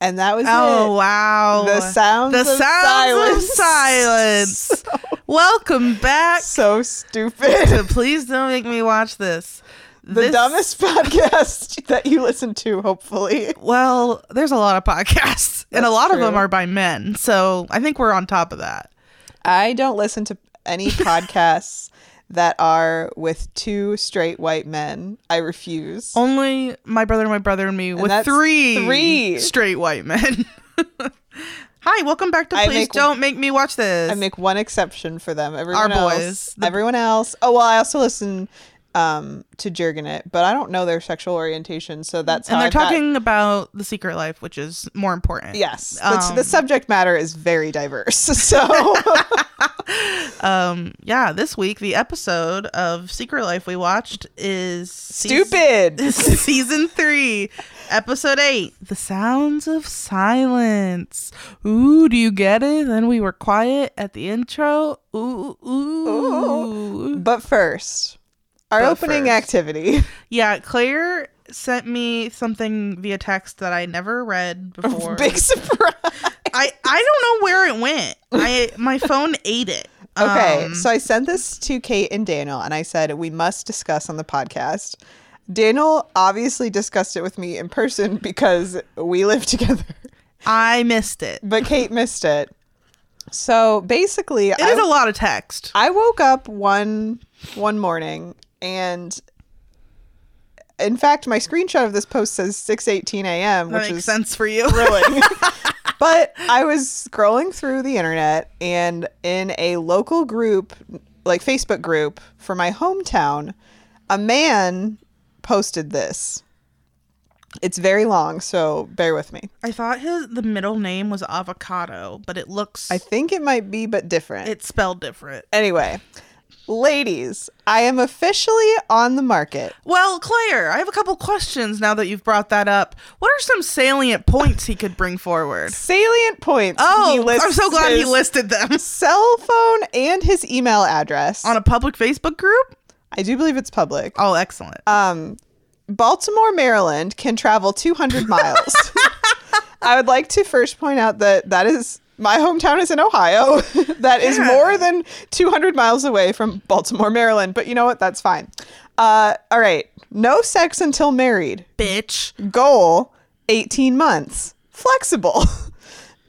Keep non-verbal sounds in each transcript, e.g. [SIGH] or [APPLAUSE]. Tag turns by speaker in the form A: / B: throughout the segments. A: and that was
B: Oh
A: it.
B: wow!
A: The sounds
B: The
A: of
B: sounds of silence.
A: silence. [LAUGHS]
B: Welcome back
A: so [LAUGHS]
B: to
A: stupid.
B: Please Don't Make Me Watch This.
A: The dumbest [LAUGHS] podcast that you listen to, hopefully.
B: Well, there's a lot of podcasts, and a
A: That's
B: lot of them
A: true.
B: are by men. So I think we're on top of that.
A: I don't listen to [LAUGHS] any podcasts that are with two straight white men. I refuse.
B: Only my brother, my brother, and me with
A: that's
B: three
A: three.
B: straight white men. [LAUGHS] Hi, welcome back to
A: I
B: Please
A: make-
B: Don't Make Me Watch This.
A: I make one exception for them. Everyone
B: boys.
A: else,
B: The-
A: everyone else. Oh well, I also listen um, to Jurgenit, but I don't know their sexual orientation, so that's how
B: and they're
A: I've got-
B: talking about the secret life, which is more important.
A: yes, the,
B: Um,
A: the subject matter is very diverse. [LAUGHS] So
B: Um, yeah, this week the episode of Secret Life we watched is seas-
A: stupid.
B: season [LAUGHS] three, episode eight, The Sounds of Silence. Ooh, do you get it? Then we were quiet at the intro. Ooh, ooh, ooh.
A: But first, our
B: But
A: opening
B: first.
A: activity.
B: Yeah, Claire sent me something via text that I
A: [LAUGHS]
B: never read before.
A: Big
B: [LAUGHS]
A: surprise.
B: I I don't know where it went. I my phone ate it.
A: [LAUGHS] Okay,
B: Um,
A: so I sent this to Kate and Daniel, and I said we must discuss on the podcast. Daniel obviously discussed it with me in person [LAUGHS] because we live together, [LAUGHS]
B: I missed it.
A: but Kate missed it. So basically,
B: It is
A: I-
B: a lot of text.
A: I woke up one one morning and in fact my screenshot of this post says 6:18 a.m.
B: That
A: which
B: makes
A: is
B: sense for you. [LAUGHS]
A: thrilling. but I was scrolling through the internet and in a local group, like Facebook group for my hometown, a man posted this. It's very long, so bear with me.
B: I thought his the middle name was avocado, but it looks
A: I think it might be but different.
B: it's spelled different.
A: anyway, ladies, I am officially on the market.
B: Well, Claire, I have a couple questions now that you've brought that up. What are some salient points he could bring forward?
A: Salient points.
B: Oh,
A: He lists
B: I'm so glad he
A: his
B: listed them
A: Cell phone and his email address.
B: on a public Facebook group.
A: I do believe it's public.
B: Oh, excellent.
A: um, Baltimore, Maryland can travel 200
B: [LAUGHS]
A: miles. I would like to first point out that that is my hometown is in Ohio. [LAUGHS] that is
B: Yeah.
A: more than 200 miles away from Baltimore, Maryland. But you know what? That's fine. Uh, all right. No sex until married.
B: Bitch.
A: Goal 18 months. Flexible. [LAUGHS]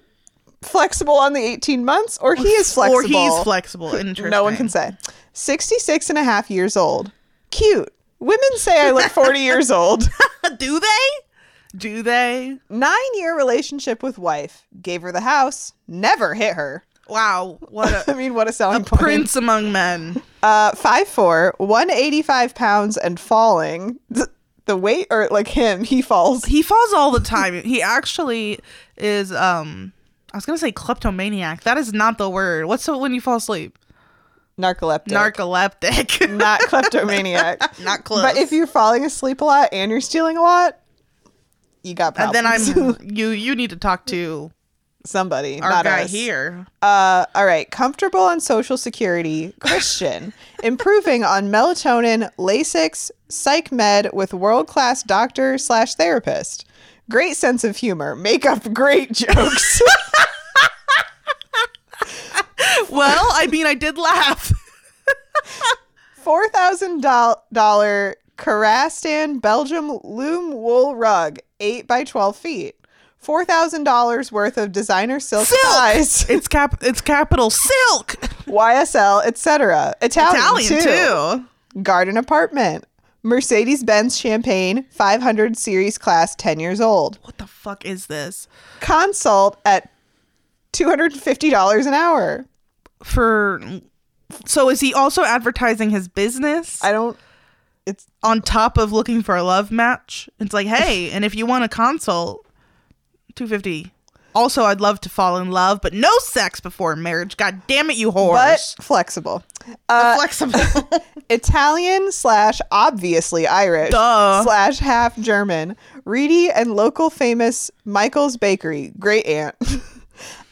A: flexible on the 18 months, or he is flexible.
B: Or he's flexible.
A: [LAUGHS]
B: Interesting.
A: No one can say. 66 and a half years old. Cute. Women say I look 40 years old.
B: [LAUGHS] Do they? Do they?
A: Nine year relationship with wife. Gave her the house. Never hit her. [LAUGHS]
B: Wow. What
A: I [LAUGHS]
B: a
A: mean, what a selling point.
B: prince among men.
A: Uh, 5'4, 185 pounds and falling. The, the weight, or like him, he falls.
B: He falls all the time. He actually is um I was gonna say kleptomaniac. That is not the word. What's the, when you fall asleep?
A: Narcoleptic.
B: Narcoleptic.
A: [LAUGHS] Not kleptomaniac.
B: [LAUGHS] not close.
A: But if you're falling asleep a lot and you're stealing a lot, you got
B: and
A: problems.
B: then
A: [LAUGHS]
B: I'm you you need to talk to
A: somebody,
B: our
A: not
B: guy
A: us.
B: here.
A: Uh, all right. Comfortable on Social Security,
B: [LAUGHS]
A: Christian, improving on melatonin, Lasix, psych med with world class doctor slash therapist. Great sense of humor. Make up great [LAUGHS]
B: [LAUGHS]
A: jokes.
B: Well, I mean I did laugh.
A: Four thousand dollar Karastan Belgium loom wool rug, eight by twelve feet. Four thousand dollars worth of designer silk,
B: Silk!
A: ties, [LAUGHS]
B: It's cap it's capital silk.
A: YSL, etc. Italian,
B: Italian
A: too.
B: too.
A: garden apartment. Mercedes Benz Champagne, 500 Series class, 10 years old.
B: What the fuck is this?
A: Consult at $250 an hour.
B: For so is he also advertising his business?
A: I don't. It's
B: on top of looking for a love match. It's like, [LAUGHS] hey, and if you want a consult, two fifty. Also, I'd love to fall in love, but no sex before marriage. God damn it, you
A: but
B: whores!
A: flexible.
B: uh, Flexible. [LAUGHS]
A: Italian slash obviously Irish
B: Duh.
A: slash half German. Reedy and local famous Michael's Bakery. Great aunt. [LAUGHS]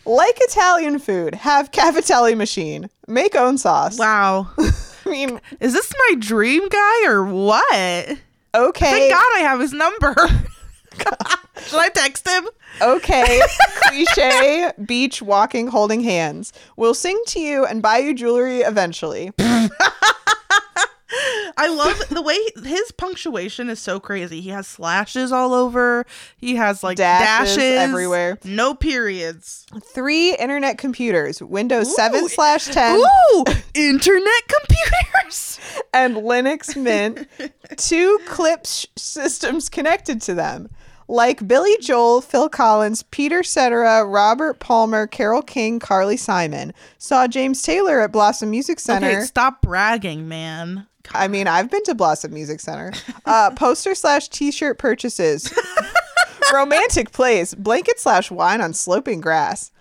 A: like Italian food, have cavatelli machine. Make own sauce.
B: wow,
A: I mean,
B: is this my dream guy or what?
A: okay.
B: Thank God I have his number. [LAUGHS] Should I text him?
A: Okay, cliche beach walking holding hands. We'll sing to you and buy you jewelry eventually.
B: I love the way his punctuation is so crazy. He has slashes all over. He has like
A: Dashes
B: dashes,
A: everywhere.
B: No periods.
A: Three internet computers, Windows 7 slash 10
B: Ooh, [LAUGHS] internet computers.
A: and Linux Mint, two clip sh- systems connected to them. Like Billy Joel, Phil Collins, Peter Cetera, Robert Palmer, Carol King, Carly Simon. Saw James Taylor at Blossom Music Center.
B: Okay, stop bragging, man.
A: I mean, I've been to Blossom Music Center.
B: [LAUGHS]
A: Uh, poster slash t shirt purchases. Romantic plays. Blanket slash wine on sloping grass.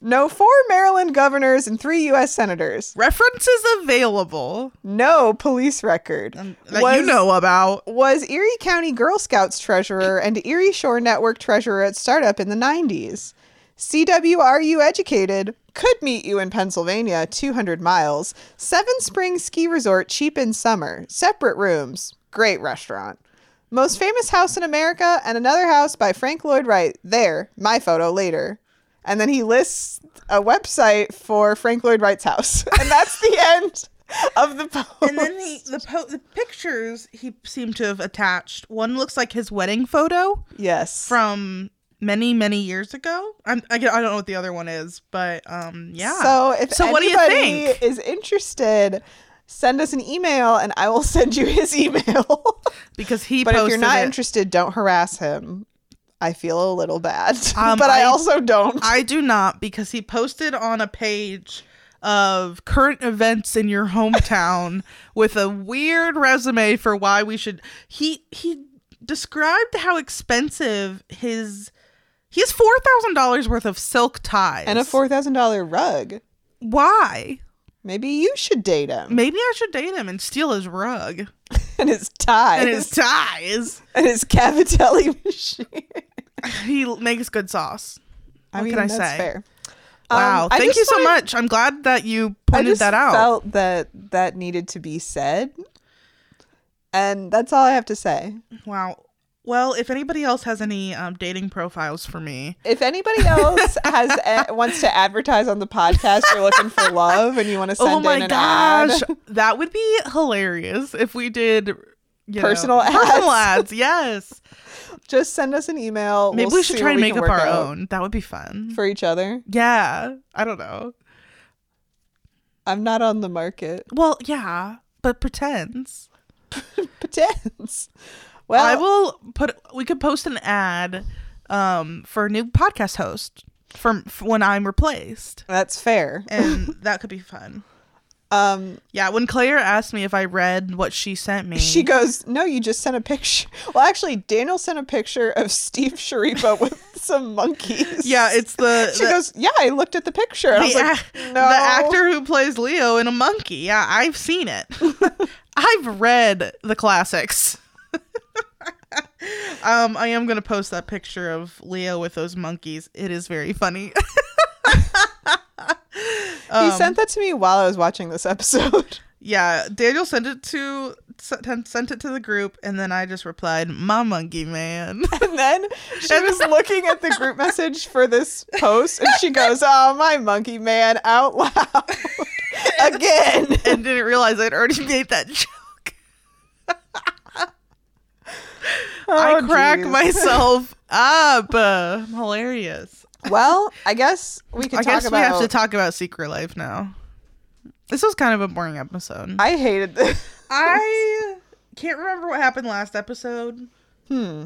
A: No four Maryland governors and three U.S. senators.
B: References available
A: No police record.
B: that Um, you know about.
A: Was Erie County Girl Scouts treasurer and Erie Shore Network treasurer at startup in the 90s. CWRU educated. Could meet you in Pennsylvania, 200 miles. Seven Springs Ski Resort, cheap in summer. Separate rooms. Great restaurant. Most famous house in America and another house by Frank Lloyd Wright. There, my photo later. And then he lists a website for Frank Lloyd Wright's house. [LAUGHS] And that's the end of the post.
B: And then he, the po- the pictures he seemed to have attached. One looks like his wedding photo
A: yes.
B: from many many years ago. I'm, I, g- I don't know what the other one is, but um yeah.
A: So if
B: So what do
A: anybody
B: you think?
A: is interested, send us an email and I will [LAUGHS] send you his email. [LAUGHS] but
B: because he
A: if you're
B: posted
A: not
B: it.
A: interested, don't harass him. I feel a little bad, [LAUGHS]
B: Um,
A: but I,
B: I-
A: also don't.
B: I do not because he posted on a page of current events in
A: [LAUGHS]
B: your hometown with a weird resume for why we should he he described how expensive his he has four thousand dollars worth of silk ties
A: and a four thousand dollar rug.
B: why
A: Maybe you should date him
B: maybe I should date him and steal his rug
A: and his ties [LAUGHS]
B: and his ties
A: and his cavatelli [LAUGHS] machine.
B: he makes good sauce
A: I
B: What
A: mean,
B: can I
A: that's
B: say?
A: fair.
B: wow
A: Um, I
B: thank
A: just
B: you
A: wanted-
B: so much I'm glad that you
A: I
B: pointed
A: just
B: that out
A: felt that that needed to be said, and that's all I have to say.
B: Wow. Well, if anybody else has any um, dating profiles for me,
A: If
B: [LAUGHS]
A: anybody else has a- wants to advertise on the podcast, you're looking for love and you want to send
B: oh
A: in
B: my
A: an
B: gosh,
A: ad,
B: that would be hilarious if we did you know,
A: Personal
B: personal ads. Yes,
A: just send us an email. [LAUGHS]
B: maybe
A: We'll
B: we should
A: see
B: try
A: what
B: and make
A: can
B: up
A: work
B: our
A: out
B: own. That would be fun.
A: for each other.
B: yeah, I don't know.
A: I'm not on the market. [LAUGHS]
B: Well, yeah, but pretends.
A: Pretends. Well,
B: I will put. We could post an ad um, for a new podcast host for, for when I'm replaced,
A: that's fair.
B: and
A: [LAUGHS]
B: that could be fun.
A: Um,
B: Yeah, when Claire asked me if I read what she sent me,
A: she goes, "No, you just sent a picture." [LAUGHS] Well, actually, Daniel sent a picture of Steve Sharipa with [LAUGHS] some monkeys.
B: Yeah, it's the
A: [LAUGHS] She
B: the,
A: goes, "Yeah, I looked at the picture." I
B: the
A: was like, "No."
B: ac- [LAUGHS] the actor who plays Leo in a monkey. Yeah, I've
A: [LAUGHS]
B: seen it. I've read the classics. um, I am gonna post that picture of Leo with those monkeys. It is very funny. [LAUGHS]
A: he
B: um,
A: sent that to me while I was watching this episode. [LAUGHS]
B: Yeah, Daniel sent it to sent sent it to the group, and then I just replied, "My monkey man." [LAUGHS]
A: [LAUGHS] And then she was looking at the group message for this post and she goes, Oh, my monkey man out
B: [LAUGHS]
A: loud again.
B: and didn't realize I'd already [LAUGHS] made that joke. I
A: Oh,
B: crack
A: geez.
B: myself [LAUGHS] up. Uh, I'm hilarious.
A: Well, I guess we can
B: I
A: talk
B: guess
A: about
B: we have to talk about Secret Life now. This was kind of a boring episode.
A: I hated this.
B: I can't remember what happened last episode. Hmm.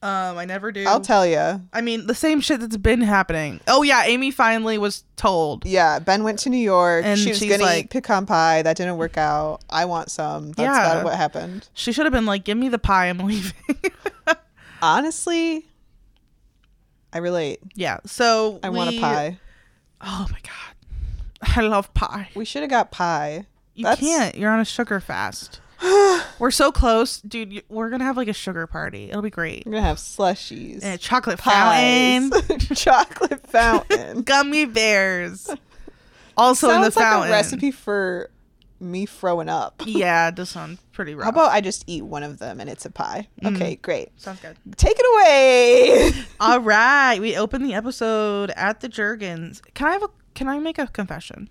B: Um, I never do.
A: I'll tell you.
B: I mean, the same shit that's been happening. Oh yeah, Amy finally was told.
A: Yeah, Ben went to New York.
B: And
A: she was
B: she's
A: going to eat
B: like-
A: pecan pie. That didn't work out. I want some. That's
B: Yeah.
A: about what happened.
B: She should have been like, "Give me the pie, I'm leaving." [LAUGHS]
A: Honestly, I relate.
B: yeah. So
A: I want a
B: we-
A: pie.
B: Oh my god, I love pie.
A: We should have got pie.
B: You
A: That's-
B: can't. You're on a
A: [SIGHS]
B: sugar fast. we're so close, dude. y- We're gonna have like a sugar party. It'll be great.
A: We're going to have slushies.
B: And a
A: [LAUGHS]
B: chocolate
A: pies,
B: fountain,
A: chocolate fountain.
B: gummy bears. Also in the
A: Sounds like
B: fountain.
A: a recipe for me throwing up.
B: Yeah, it does sound pretty rough.
A: How about I just eat one of them and it's a pie?
B: Mm.
A: Okay, great.
B: Sounds good.
A: Take it away. [LAUGHS]
B: All right, we open the episode at the Jurgens. Can I have a? Can I make a confession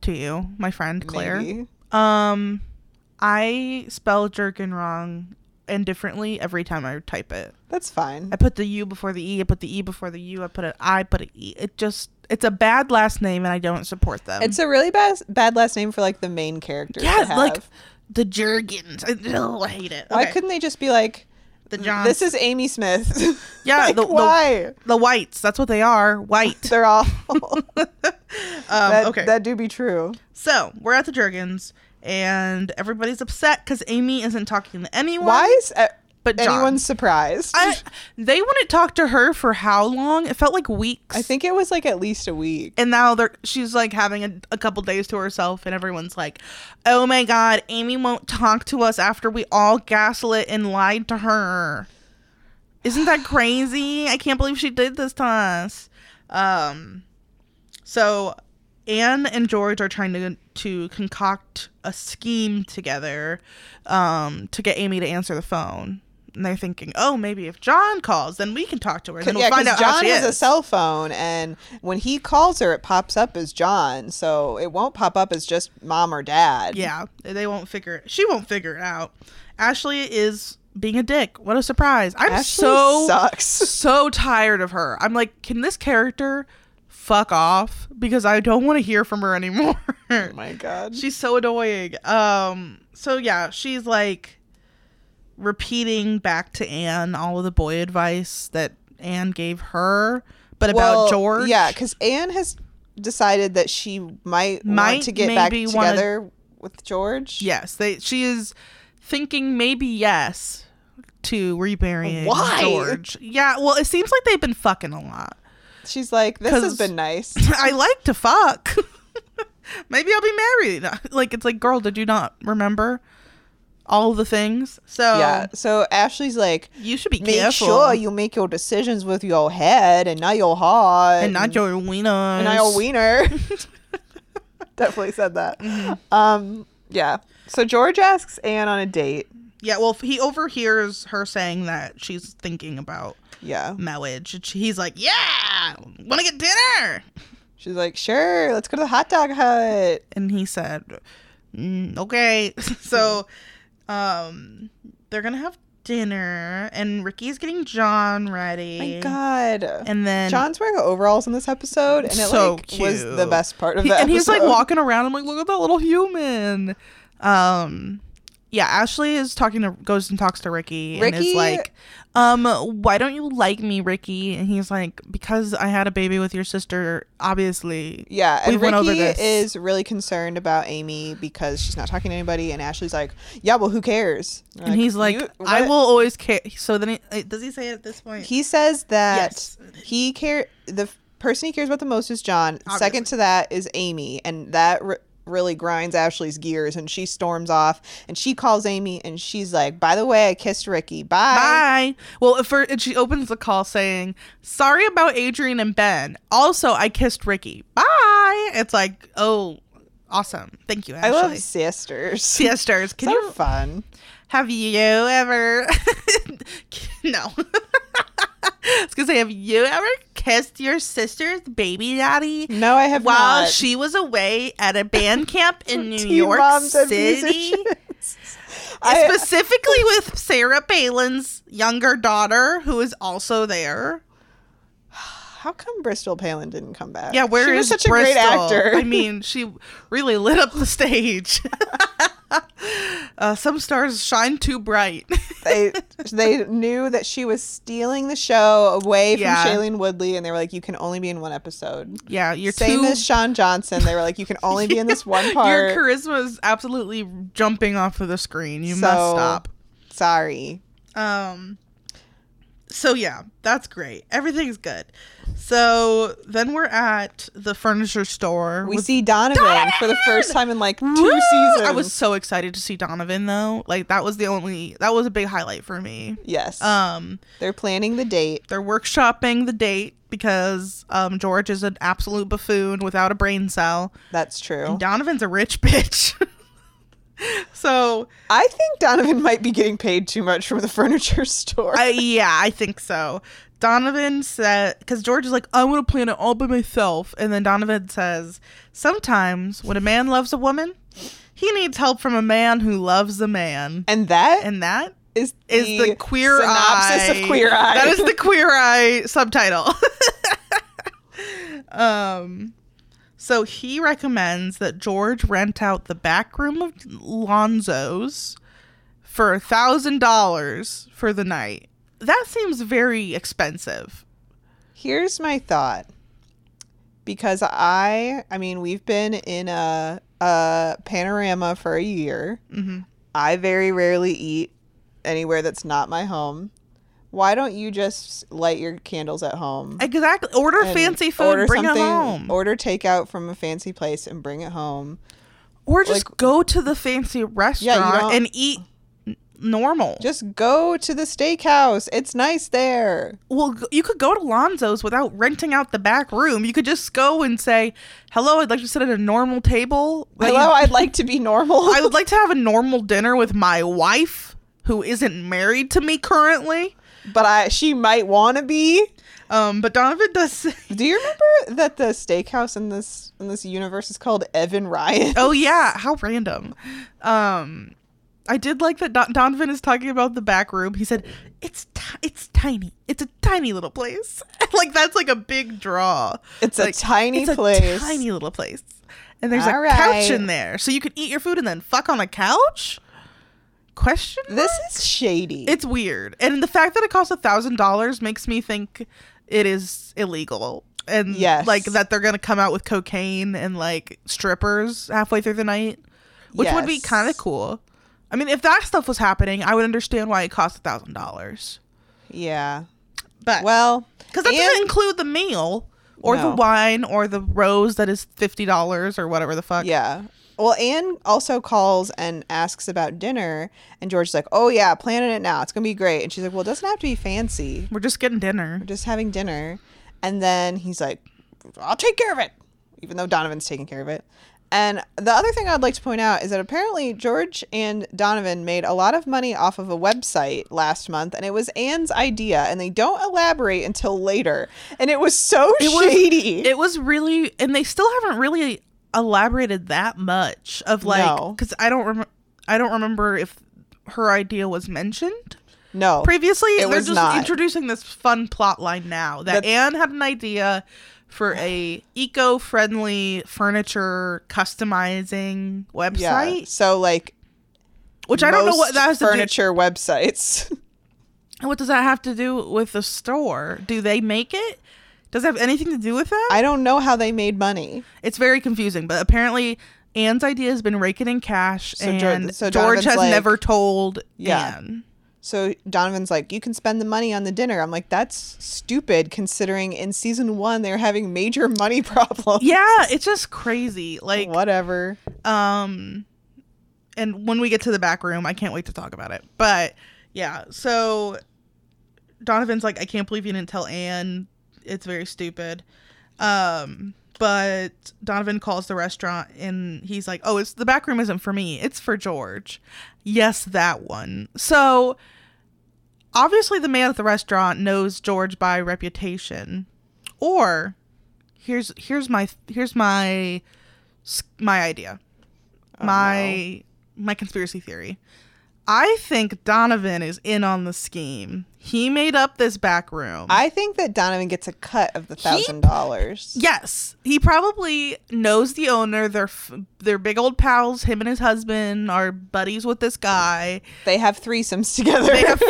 B: to you, my friend Claire?
A: Maybe.
B: Um, I spell Jurgen wrong and differently every time I type it.
A: That's fine.
B: I put the U before the E. I put the E before the U. I put an I. Put an E. It just it's a bad last name, and I don't support them.
A: It's a really bad bad last name for like the main character.
B: yeah,
A: to
B: like
A: have.
B: the Jurgens. I, oh, I hate it.
A: why
B: Okay.
A: couldn't they just be like "Mm,
B: the Johns?
A: This is Amy Smith. [LAUGHS]
B: Yeah,
A: Like,
B: the- the- [LAUGHS]
A: why?
B: the whites. That's what they are. White.
A: [LAUGHS] They're awful.
B: [LAUGHS] Um,
A: that,
B: okay.
A: that do be true.
B: So we're at the Jurgens, and everybody's upset because Amy isn't talking to anyone.
A: Why is uh,
B: But John.
A: anyone surprised?
B: I, they wouldn't talk to her for how long? It felt like weeks.
A: I think it was like at least a week.
B: And now they're she's like having a, a couple days to herself, and everyone's like, "Oh my God, Amy won't talk to us after we all gaslit and lied to her." Isn't that crazy? I can't believe she did this to us. Um, so Anne and George are trying to to concoct a scheme together um, to get Amy to answer the phone. And they're thinking, oh, maybe if John calls, then we can talk to her. Then we'll
A: yeah,
B: find out
A: because
B: how
A: John
B: she
A: has a
B: is.
A: cell phone, and when he calls her, it pops up as John, so it won't pop up as just mom or dad.
B: Yeah, they won't figure it. She won't figure it out. Ashley is being a dick. What a surprise. I'm
A: Ashley
B: so [LAUGHS]
A: sucks.
B: so tired of her. I'm like, can this character fuck off because I don't want to hear from her anymore. [LAUGHS]
A: Oh my god.
B: She's so annoying. Um so yeah, she's like repeating back to Anne all of the boy advice that Anne gave her but about
A: Well,
B: George.
A: Yeah, because Anne has decided that she might,
B: Might
A: want to get back
B: maybe wanna-
A: together with George.
B: Yes, they. She is thinking maybe yes to remarrying
A: Why?
B: George. Yeah. Well, it seems like they've been fucking a lot.
A: She's like, this has
B: 'Cause-
A: been nice.
B: I like to fuck. [LAUGHS] maybe I'll be married. [LAUGHS] Like it's like, girl, did you not remember all the things? So
A: Yeah. So Ashley's like,
B: you should um, be
A: make
B: careful
A: sure you make your decisions with your head and not your heart.
B: and not your wiener.
A: and not your
B: [LAUGHS]
A: wiener. Definitely said that.
B: Mm-hmm.
A: Um, yeah. So George asks Anne on a date.
B: Yeah. Well, he overhears her saying that she's thinking about
A: Yeah.
B: marriage. and she- He's like, yeah, want to get dinner.
A: She's like, sure, let's go to the hot dog hut.
B: and he said "Mm, okay [LAUGHS] so um they're gonna have dinner and ricky's getting john ready
A: My God.
B: and then
A: John's wearing overalls in this episode, and it
B: So
A: like was
B: cute.
A: the best part of
B: he,
A: the
B: and he's like
A: episode.
B: walking around i'm like look at that little human um yeah ashley is talking to goes and talks to ricky, and
A: Ricky-
B: is like um why don't you like me ricky and he's like because i had a baby with your sister obviously
A: Yeah, and
B: We've went over
A: Ricky
B: this.
A: is really concerned about Amy because she's not talking to anybody, and Ashley's like, "Yeah, well, who cares?"
B: and he's like
A: "You-
B: i
A: what?"
B: will always care so then he, does he say it at this point
A: He says that
B: Yes.
A: he care the f- person he cares about the most is John. Second to that is Amy, and that r- really grinds Ashley's gears. And she storms off, and she calls Amy, and she's like, "By the way, I kissed Ricky. Bye."
B: Bye. Well, if her, and she opens the call saying, "Sorry about Adrian and Ben. Also, I kissed Ricky. Bye." It's like, oh, awesome. Thank you,
A: I
B: Ashley.
A: love sisters. [LAUGHS]
B: sisters. Can
A: so
B: you
A: fun.
B: have you ever? [LAUGHS] no. [LAUGHS] I was gonna say, have you ever kissed your sister's baby daddy
A: No, I have
B: while
A: not.
B: she was away at a band camp
A: [LAUGHS]
B: in New
A: Teen
B: York
A: moms and [LAUGHS]
B: City?
A: musicians. I,
B: specifically with Sarah Palin's younger daughter, who is also there.
A: How come Bristol Palin didn't come back?
B: Yeah, where is
A: she was such a great
B: Bristol?
A: actor.
B: I mean, she really lit up the stage. [LAUGHS] uh, some stars shine too bright. [LAUGHS]
A: they they knew that she was stealing the show away from
B: Yeah.
A: Shailene Woodley, and they were like, "You can only be in one episode."
B: yeah, you're
A: Same
B: too.
A: as Sean Johnson, they were like, "You can only be in this one
B: [LAUGHS] your
A: part."
B: charisma is absolutely jumping off of the screen. You
A: So-
B: must stop.
A: Sorry.
B: Um. So yeah, that's great. Everything's good. So then we're at the furniture store.
A: We
B: with-
A: see Donovan, for the first time in like two
B: Woo!
A: seasons.
B: I was so excited to see Donovan though. Like that was the only that was a big highlight for me.
A: yes.
B: Um
A: They're planning the date.
B: they're workshopping the date because um George is an absolute buffoon without a brain cell.
A: That's true.
B: Donovan's a rich [LAUGHS] bitch. so
A: I think Donovan might be getting paid too much from the furniture [LAUGHS] store.
B: I, yeah, I think so. Donovan said, because George is like, I want to plan it all by myself. And then Donovan says, Sometimes when a man loves a woman, he needs help from a man who loves a man.
A: and that
B: And that
A: is
B: is the, queer
A: synopsis
B: Eye-
A: of queer eye.
B: That is the queer eye subtitle. [LAUGHS] um, so he recommends that George rent out the back room of Lonzo's for a thousand dollars for the night. That seems very expensive.
A: Here's my thought. Because I, I mean, we've been in a, a panorama for a year.
B: hmm
A: I very rarely eat anywhere that's not my home. Why don't you just light your candles at home?
B: Exactly. Order
A: and
B: fancy food, bring it home, or,
A: Order takeout from a fancy place and bring it home.
B: just
A: like-
B: go to the fancy restaurant
A: don't-
B: and eat n- normal.
A: Just go to the steakhouse. It's nice there.
B: Well, g- you could go to Lonzo's without renting out the back room. You could just go and say, "Hello, I'd like to sit at a normal table. that you-
A: Hello, I'd like to be normal.
B: [LAUGHS] I would like to have a normal dinner with my wife, who isn't married to me currently."
A: but I she might want to be.
B: Um, but Donovan does [LAUGHS] say,
A: Do you remember that the steakhouse in this in this universe is called Evan
B: [LAUGHS]
A: Ryan?
B: "Oh yeah, how random." Um, I did like that Don- Donovan is talking about the back room. He said, "It's ti it's tiny. It's a tiny little place. [LAUGHS] like that's like a big draw."
A: It's a
B: Like,
A: tiny
B: it's a
A: place.
B: tiny little place. And there's a
A: All right.
B: couch in there, so you can eat your food and then fuck on a couch. Question? mark?
A: this is shady.
B: it's weird, and the fact that it costs a thousand dollars makes me think it is illegal, and
A: Yes.
B: like that they're gonna come out with cocaine and like strippers halfway through the night, which would be
A: Yes.
B: kind of cool. I mean, if that stuff was happening, I would understand why it costs a thousand dollars.
A: yeah.
B: But
A: Well,
B: because that
A: and-
B: doesn't include the meal or the
A: No.
B: wine or the rose that is fifty dollars or whatever the fuck.
A: Yeah. Well, Anne also calls and asks about dinner, and George's like, "Oh yeah, planning it now. It's gonna be great." And she's like, "Well, it doesn't have to be fancy.
B: We're just getting dinner.
A: We're just having dinner." And then he's like, "I'll take care of it," even though Donovan's taking care of it. And the other thing I'd like to point out is that apparently George and Donovan made a lot of money off of a website last month, and it was Anne's idea, and they don't elaborate until later. And it was so
B: was-
A: shady.
B: It was really, and they still haven't really elaborated that much of like,
A: No.
B: because I don't remember, I don't remember if her idea was mentioned
A: no,
B: previously.
A: It
B: They're
A: was
B: just
A: not.
B: introducing this fun plot line now
A: That-
B: that Anne had an idea for a eco-friendly furniture customizing website,
A: yeah. So like
B: which I don't know what
A: most
B: that has to do.
A: furniture websites. [LAUGHS]
B: And What does that have to do with the store? Do they make it? Does it have anything to do with that?
A: I don't know how they made money.
B: it's very confusing, but apparently Anne's idea has been raking in cash,
A: So Jor-
B: and
A: so
B: George
A: Donovan's
B: has
A: like-
B: never told
A: Yeah.
B: Anne.
A: So Donovan's like, you can spend the money on the dinner. I'm like, that's stupid considering in season one they're having major [LAUGHS] money problems.
B: Yeah, it's just crazy. Like,
A: Whatever.
B: um, and when we get to the back room, I can't wait to talk about it. But yeah, so Donovan's like, I can't believe you didn't tell Anne. It's very stupid. Um, but Donovan calls the restaurant and he's like, "Oh, it's the back room isn't for me. It's for George." Yes, that one. So obviously, the man at the restaurant knows George by reputation, or here's here's my here's my s- my idea, my my conspiracy theory. I think Donovan is in on the scheme. He made up this back room.
A: I think that Donovan gets a cut of the thousand dollars.
B: Yes, he probably knows the owner. They're f- they're big old pals. Him and his husband are buddies with this guy.
A: They have threesomes together.
B: They have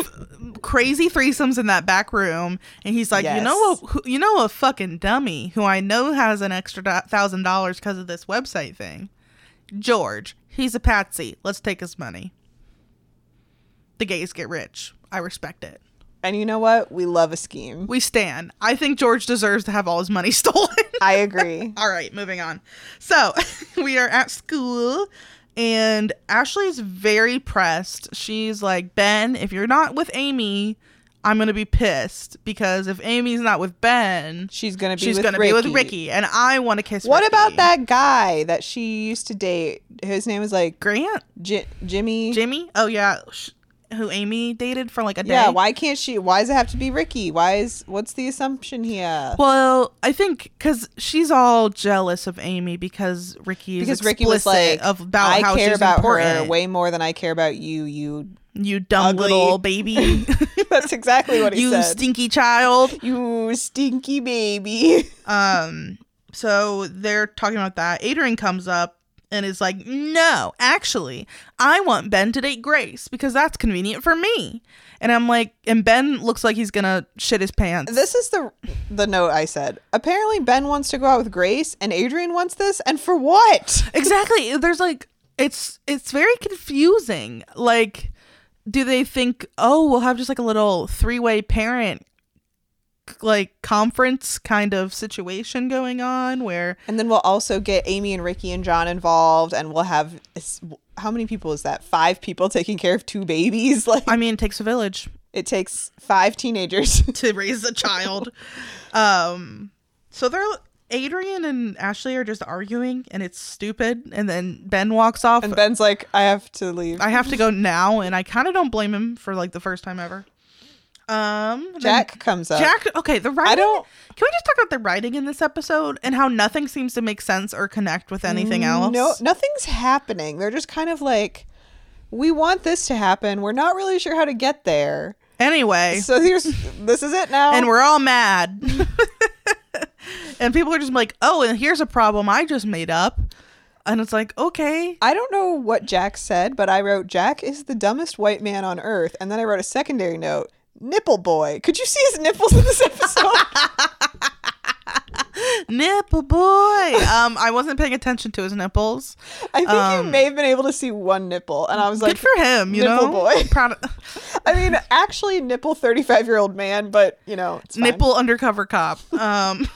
B: crazy threesomes in that back room, and he's like, you know,
A: Yes.
B: a, who, you know, a fucking dummy who I know has an extra do- thousand dollars because of this website thing. George, he's a patsy. Let's take his money. The gays get rich. I respect it.
A: [LAUGHS] And you know what? We love a scheme.
B: We stand. I think George deserves to have all his money [LAUGHS] stolen.
A: I agree.
B: all right, moving on. So [LAUGHS] we are at school, and Ashley's very pressed. She's like, Ben, if you're not with Amy, I'm going to be pissed because if Amy's not with Ben,
A: She's gonna be
B: she's
A: with
B: going to
A: Ricky.
B: be with Ricky, and I want to kiss
A: What about
B: Ricky.
A: that guy that she used to date? His name was like
B: Grant?
A: J- Jimmy.
B: Jimmy? Oh, yeah. sh- Who Amy dated for like a day?
A: yeah. Why can't she? Why does it have to be Ricky? Why is what's the assumption here?
B: Well, I think because she's all jealous of Amy because Ricky is
A: because Ricky was like,
B: of about
A: I
B: how
A: care
B: she's
A: about
B: important.
A: her way more than I care about you. You. [LAUGHS]
B: you dumb
A: ugly- [LAUGHS]
B: little baby,
A: That's exactly what he
B: you
A: said.
B: stinky child.
A: you stinky
B: [LAUGHS]
A: baby.
B: Um, so they're talking about that. Adrian comes up and is like, "No, actually, I want Ben to date Grace because that's convenient for me." And I'm like, and Ben looks like he's gonna shit his pants.
A: this is the the note I said. Apparently, Ben wants to go out with Grace, and Adrian wants this, and for what?
B: exactly there's like it's it's very confusing like do they think oh we'll have just like a little three-way parent like conference kind of situation going on where
A: And then we'll also get Amy and Ricky and John involved, and we'll have it's- how many people is that? Five people taking care of two babies. [LAUGHS] Like
B: i mean it takes a village
A: it takes five teenagers. [LAUGHS]
B: to raise a child um so they're adrian and ashley are just arguing and it's stupid and then ben walks off
A: and Ben's like, I have to leave.
B: i have to go now and i kind of don't blame him for like the first time ever um then-
A: Jack comes up.
B: Jack, okay, the writing.
A: don't-
B: Can we just talk about the writing in this episode and how nothing seems to make sense or connect with
A: Mm,
B: anything else?
A: No, nothing's happening. They're just kind of like, we want this to happen. We're not really sure how to get there.
B: Anyway,
A: So here's this is it now.
B: and we're all mad. [LAUGHS] and people are just like, oh, and here's a problem I just made up. And it's like, okay.
A: I don't know what Jack said, but I wrote Jack is the dumbest white man on earth, and then I wrote a secondary note. Nipple boy. Could you see his nipples in this episode? [LAUGHS]
B: Nipple boy.
A: [LAUGHS]
B: Um, I wasn't paying attention to his nipples.
A: I think you may have been able to see one nipple, and I was like,
B: Um, Good for him, you
A: nipple
B: know.
A: boy.
B: [LAUGHS] Proud
A: [LAUGHS]
B: of-
A: I mean, actually, nipple thirty-five-year-old man, but you know, it's fine.
B: nipple undercover cop. Um,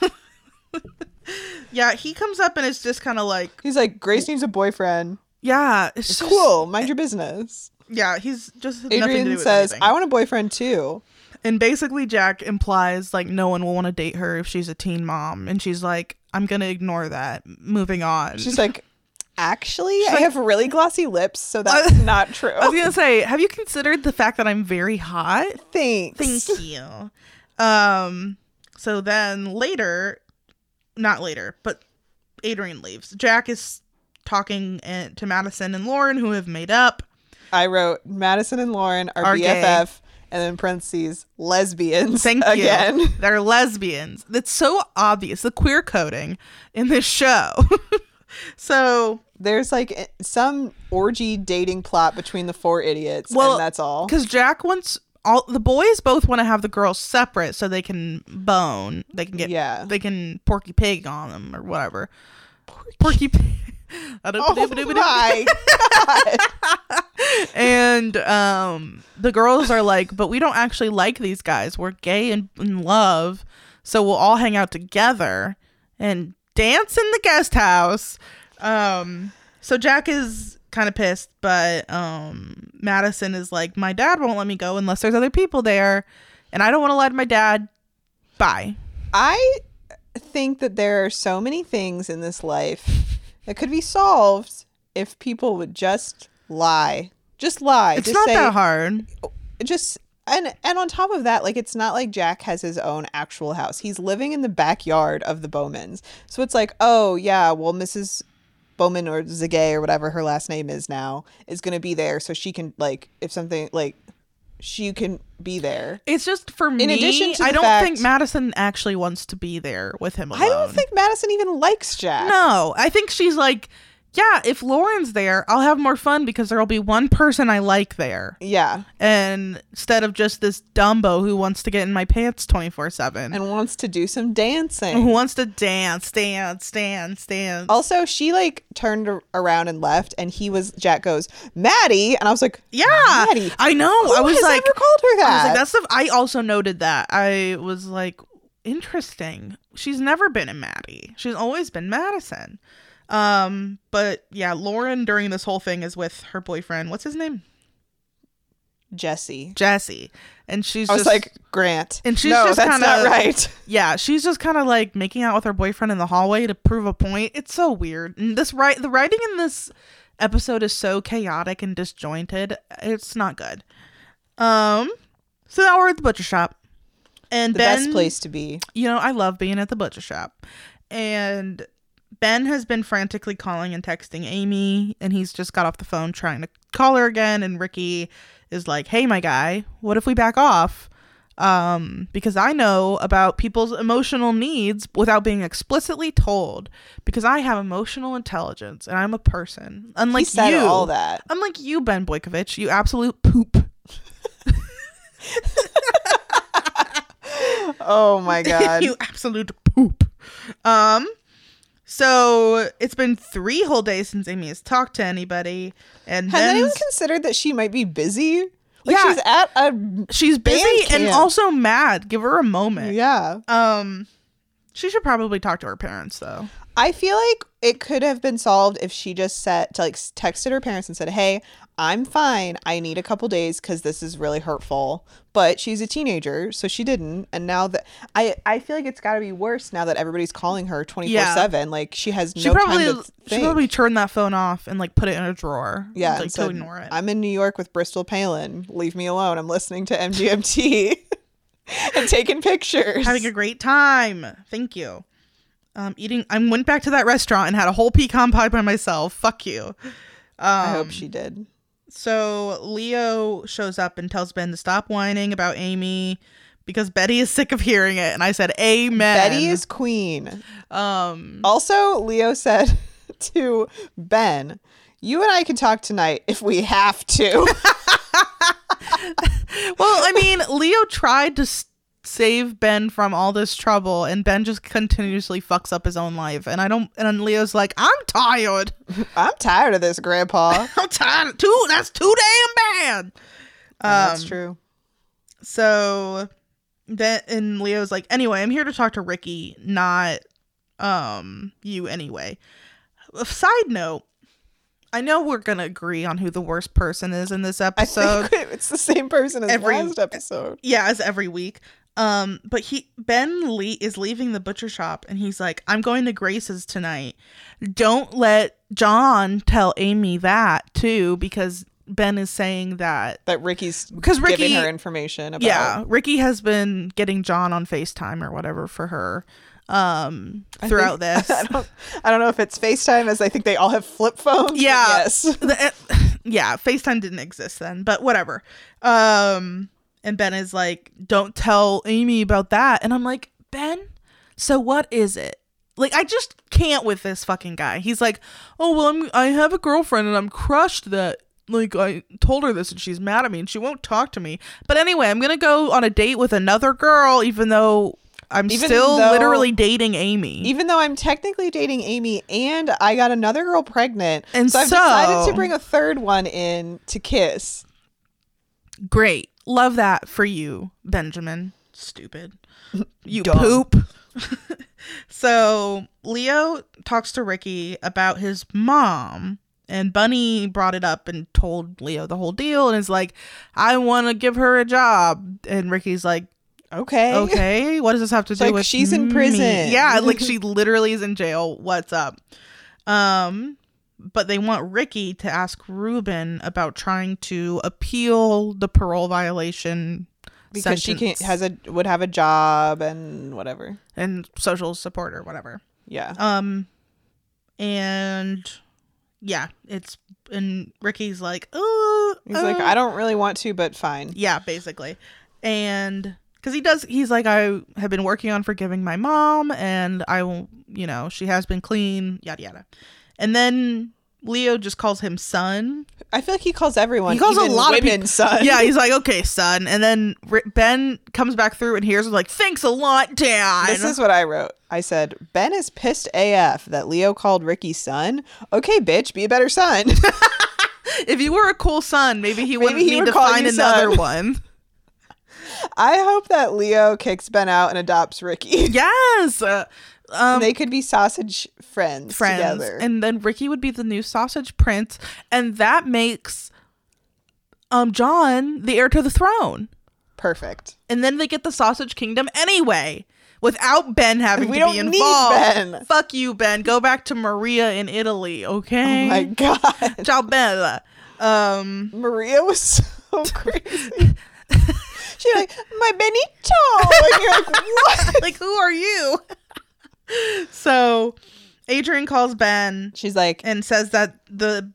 B: [LAUGHS] yeah, he comes up and it's just kind of like,
A: He's like, Grace needs a boyfriend.
B: yeah, it's just-
A: Cool, mind your business.
B: Yeah, he's just has nothing to do
A: Adrian
B: with
A: says,
B: anything.
A: I want a boyfriend too.
B: and basically Jack implies like no one will want to date her if she's a teen mom, and she's like, I'm gonna ignore that. Moving on.
A: She's like, actually, I
B: like-
A: have really glossy lips, so
B: [LAUGHS]
A: that's not true.
B: I was gonna say, have you considered the fact that I'm very hot?
A: Thanks.
B: Thank you. Um. So then later, not later, but Adrian leaves. Jack is talking eh, to Madison and Lauren, who have made up.
A: I wrote Madison and Lauren are,
B: Are gay.
A: BFF, and then parentheses lesbians.
B: Thank you.
A: again. [LAUGHS]
B: They're lesbians. That's so obvious. The queer coding in this show. [LAUGHS] so,
A: There's like eh, some orgy dating plot between the four idiots,
B: Well,
A: and that's
B: [LAUGHS]
A: all.
B: because Jack wants all the boys both want to have the girls separate so they can bone. They can get
A: Yeah.
B: They can porky pig on them or whatever. Porky, pig. [LAUGHS]
A: Oh my god!
B: and um, the girls are like, but we don't actually like these guys. We're gay and in love, so we'll all hang out together and dance in the guest house. Um, so Jack is kind of pissed, but um, Madison is like, my dad won't let me go unless there's other people there, and I don't want to lie to my dad. Bye.
A: I think that there are so many things in this life that could be solved if people would just lie. Just lie.
B: It's
A: just
B: not
A: say,
B: that hard.
A: just and and on top of that like it's not like jack has his own actual house he's living in the backyard of the bowmans so it's like oh yeah well mrs bowman or zagay or whatever her last name is now is going to be there so she can like if something like she can be there
B: It's just for me.
A: addition to
B: I
A: the
B: don't
A: fact-
B: think Madison actually wants to be there with him alone.
A: i don't think madison even likes jack
B: No, I think she's like, yeah, if Lauren's there, I'll have more fun because there'll be one person I like there.
A: Yeah.
B: And instead of just this Dumbo who wants to get in my pants 24 7,
A: And wants to do some
B: who
A: dancing.
B: wants to dance, dance, dance, dance.
A: Also, she like turned ar- around and left, and he was, Jack goes, Maddie. And I was like,
B: yeah,
A: Maddie.
B: I know.
A: Who
B: I was
A: has
B: like,
A: ever called her
B: I was
A: that?
B: like, that's the. I also noted that. I was like, interesting. She's never been a Maddie. She's always been Madison. Um, but yeah, Lauren during this whole thing is with her boyfriend. What's his name?
A: Jesse.
B: Jesse. And she's
A: I was
B: just
A: like, Grant.
B: and she's
A: no,
B: just
A: that's not
B: kinda-
A: right.
B: yeah, she's just kind of like making out with her boyfriend in the hallway to prove a point. It's so weird. And this right, the writing in this episode is so chaotic and disjointed. It's not good. Um, so now we're at the butcher shop, and
A: [LAUGHS] The
B: Ben,
A: best place to be.
B: you know, I love being at the butcher shop. And Ben has been frantically calling and texting Amy, and he's just got off the phone trying to call her again. And Ricky is like, Hey, my guy, what if we back off? Um, because I know about people's emotional needs without being explicitly told, because I have emotional intelligence and I'm a person. Unlike
A: He said
B: you,
A: all that.
B: unlike you, Ben Boykovich, you absolute poop.
A: Oh
B: [LAUGHS]
A: my god.
B: you absolute poop. Um, so it's been three whole days since Amy has talked to anybody, and
A: Has anyone
B: then
A: considered that she might be busy? Like
B: Yeah.
A: she's at a
B: she's busy
A: Band
B: and
A: camp.
B: also mad. Give her a moment.
A: yeah.
B: Um, she should probably talk to her parents though.
A: I feel like it could have been solved if she just said to like texted her parents and said, "Hey, I'm fine. I need a couple days cuz this is really hurtful." But she's a teenager, so she didn't. And now that I I feel like it's got to be worse now that everybody's calling her 24/7. Like she has no
B: She probably
A: time to
B: she
A: think.
B: probably turned that phone off and like put it in a drawer.
A: yeah,
B: like
A: and
B: to
A: said,
B: ignore it.
A: I'm in New York with Bristol Palin. Leave me alone. I'm listening to MGMT [LAUGHS] and taking pictures.
B: having a great time. Thank you. Um, eating. I went back to that restaurant and had a whole pecan pie by myself. Fuck you.
A: I
B: um,
A: hope she did.
B: So Leo shows up and tells Ben to stop whining about Amy because Betty is [LAUGHS] sick of hearing it. And I said, Amen.
A: Betty is queen.
B: um
A: Also, Leo said [LAUGHS] to Ben, "You and I can talk tonight if we have to." [LAUGHS]
B: Well, [LAUGHS] I mean, Leo tried to s- save Ben from all this trouble, and Ben just continuously fucks up his own life. And I don't. And then Leo's like, I'm tired.
A: I'm tired of this, Grandpa.
B: I'm tired. Too. That's too damn bad. Um,
A: that's true.
B: So then and Leo's like, anyway, I'm here to talk to Ricky, not um you anyway. A side note, I know we're gonna agree on who the worst person is in this
A: I
B: episode.
A: think [LAUGHS] it's the same person as
B: every-
A: last episode.
B: yeah, as every week. Um, but he Ben Lee is leaving the butcher shop and he's like, I'm going to Grace's tonight. Don't let John tell Amy that too, because Ben is saying that
A: That Ricky's
B: 'Cause
A: giving
B: Ricky-
A: her information about.
B: yeah ricky has been getting john on facetime or whatever for her um
A: I
B: throughout
A: think- [LAUGHS]
B: this
A: I don't, I don't know if it's FaceTime, as I think they all have flip phones. but
B: [LAUGHS] Yeah.
A: Yes.
B: The- eh, [SIGHS] yeah facetime didn't exist then but whatever um and ben is like don't tell amy about that and i'm like ben so what is it like i just can't with this fucking guy he's like oh well i'm i have a girlfriend and i'm crushed that like i told her this and she's mad at me and she won't talk to me but anyway i'm gonna go on a date with another girl even though i'm
A: Even
B: still
A: though-
B: literally dating amy
A: Even though I'm technically dating Amy and I got another girl pregnant,
B: And
A: so I've
B: so-
A: decided to bring a third one in to kiss.
B: Great. Love that for you, Benjamin. Stupid. You
A: Dumb.
B: poop. [LAUGHS] so Leo talks to Ricky about his mom. And Bunny brought it up and told Leo the whole deal and is like, I want to give her a job. And Ricky's like,
A: [LAUGHS] Okay.
B: okay, what does this have to do
A: like,
B: with
A: she's in
B: me?
A: prison. [LAUGHS]
B: Yeah, like she literally is in jail. What's up? Um, but they want Ricky to ask Ruben about trying to appeal the parole violation
A: because she can't
B: sentence
A: has a would have a job and whatever.
B: and social support or whatever.
A: Yeah.
B: Um, and yeah, it's and Ricky's like, oh,
A: He's like, I don't really want to, but fine.
B: Yeah, basically. And because he does, he's like, I have been working on forgiving my mom, and I will, you know, she has been clean, yada, yada. And then Leo just calls him son.
A: I feel like he calls everyone.
B: He calls a
A: even
B: lot of
A: women
B: people
A: son.
B: Yeah, he's like, okay, son. And then R- Ben comes back through and hears him like, thanks a lot, dad.
A: This is what I wrote. I said, Ben is pissed AF that Leo called Ricky son. Okay, bitch, be a better
B: [LAUGHS]
A: son.
B: if you were a cool son, maybe he wouldn't
A: he
B: need
A: would
B: to
A: call
B: find
A: you
B: another
A: son.
B: one. [LAUGHS]
A: I hope that Leo kicks Ben out and adopts Ricky. [LAUGHS]
B: Yes. Uh, um,
A: they could be sausage friends,
B: friends.
A: together.
B: And then Ricky would be the new sausage prince. And that makes um John the heir to the throne.
A: Perfect.
B: And then they get the sausage kingdom anyway. Without Ben having
A: We
B: to be
A: don't need
B: involved.
A: Ben.
B: Fuck you, Ben. Go back to Maria in Italy, okay?
A: Oh
B: [LAUGHS]
A: my god.
B: Ciao Bella. Um
A: Maria was so [LAUGHS]
B: [LAUGHS]
A: crazy. She's like, my Benito. And you're like, what?
B: like who are you? [LAUGHS] so Adrian calls Ben
A: She's like,
B: and says that the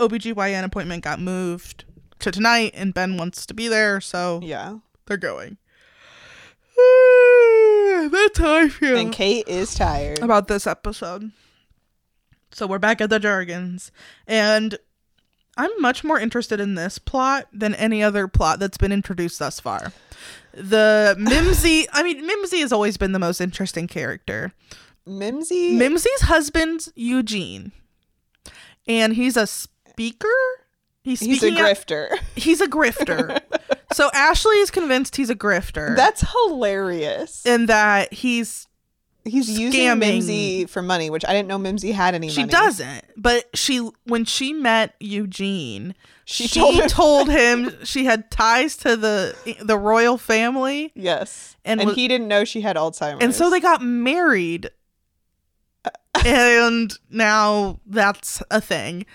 B: OBGYN appointment got moved to tonight and Ben wants to be there, so
A: yeah.
B: they're going. [SIGHS] That's how I feel
A: And Kate is tired.
B: about this episode. So we're back at the Jargons. And I'm much more interested in this plot than any other plot that's been introduced thus far. The Mimsy, I mean, Mimsy has always been the most interesting character.
A: Mimsy.
B: Mimsy's husband's Eugene, and he's a speaker. He's
A: he's a
B: speaking. out-
A: grifter.
B: he's
A: [LAUGHS]
B: a grifter. so Ashley is convinced he's a grifter,
A: That's hilarious.
B: and that he's
A: He's using
B: scamming.
A: Mimsy for money, which I didn't know Mimsy had any
B: she
A: money.
B: doesn't. But she when she met Eugene,
A: She
B: she,
A: told
B: told,
A: him- [LAUGHS]
B: him- she had ties to the the royal family,
A: Yes. And,
B: And was-
A: he didn't know she had Alzheimer's.
B: and so they got married. uh, and now that's a thing.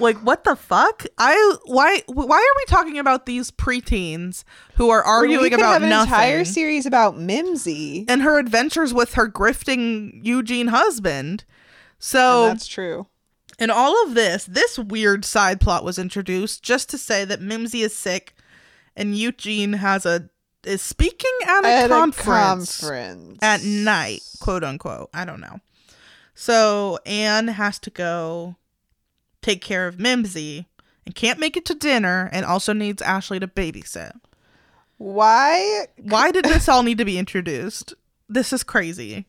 B: Like what the fuck? I why why are we talking about these preteens who are
A: Or we
B: arguing
A: could
B: about
A: have an
B: nothing
A: entire series about Mimsy.
B: and her adventures with her grifting Eugene husband?
A: And
B: So
A: that's true.
B: In all of this, this weird side plot was introduced just to say that Mimsy is sick and Eugene has a is speaking at a,
A: At a
B: conference,
A: conference
B: at night, quote unquote. I don't know. So Anne has to go take care of Mimsy and can't make it to dinner and also needs Ashley to babysit.
A: Why?
B: Why did this all need to be introduced? This is crazy.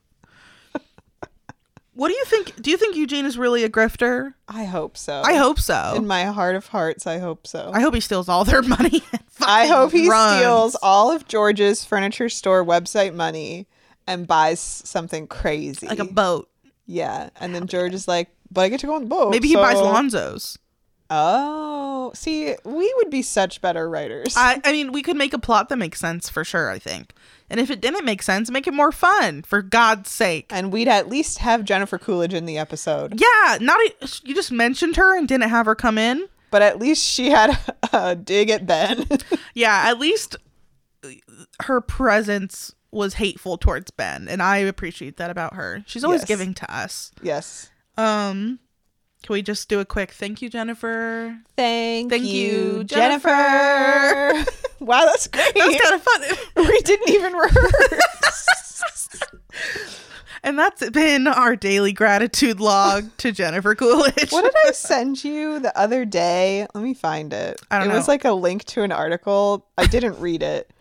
B: What do you think? Do you think Eugene is really a grifter?
A: I hope so.
B: I hope so.
A: In my heart of hearts, I hope so.
B: I hope he steals all their money. and
A: I
B: fucking
A: hope he
B: runs.
A: steals all of George's furniture store website money and buys something crazy.
B: like a boat.
A: yeah. And then George is like, but I get to go on the boat.
B: Maybe he buys
A: so-
B: Lonzo's.
A: Oh, see, we would be such better writers.
B: I, I mean, we could make a plot that makes sense for sure. I think, and if it didn't make sense, make it more fun. For God's sake,
A: and we'd at least have Jennifer Coolidge in the episode.
B: yeah. Not a, you just mentioned her and didn't have her come in.
A: But at least she had [LAUGHS] a, dig at Ben. [LAUGHS]
B: Yeah, at least her presence was hateful towards Ben, and I appreciate that about her. She's always
A: Yes.
B: giving to us.
A: yes.
B: Um, can we just do a quick thank you, Jennifer?
A: Thank,
B: Thank you,
A: Jennifer. [LAUGHS] wow, that's great.
B: That was kind of fun. [LAUGHS]
A: we didn't even rehearse.
B: And that's been our daily gratitude log to Jennifer
A: [LAUGHS]
B: Coolidge.
A: What did I send you the other day? Let me find it.
B: I don't
A: it was
B: know.
A: like a link to an article. I didn't read it,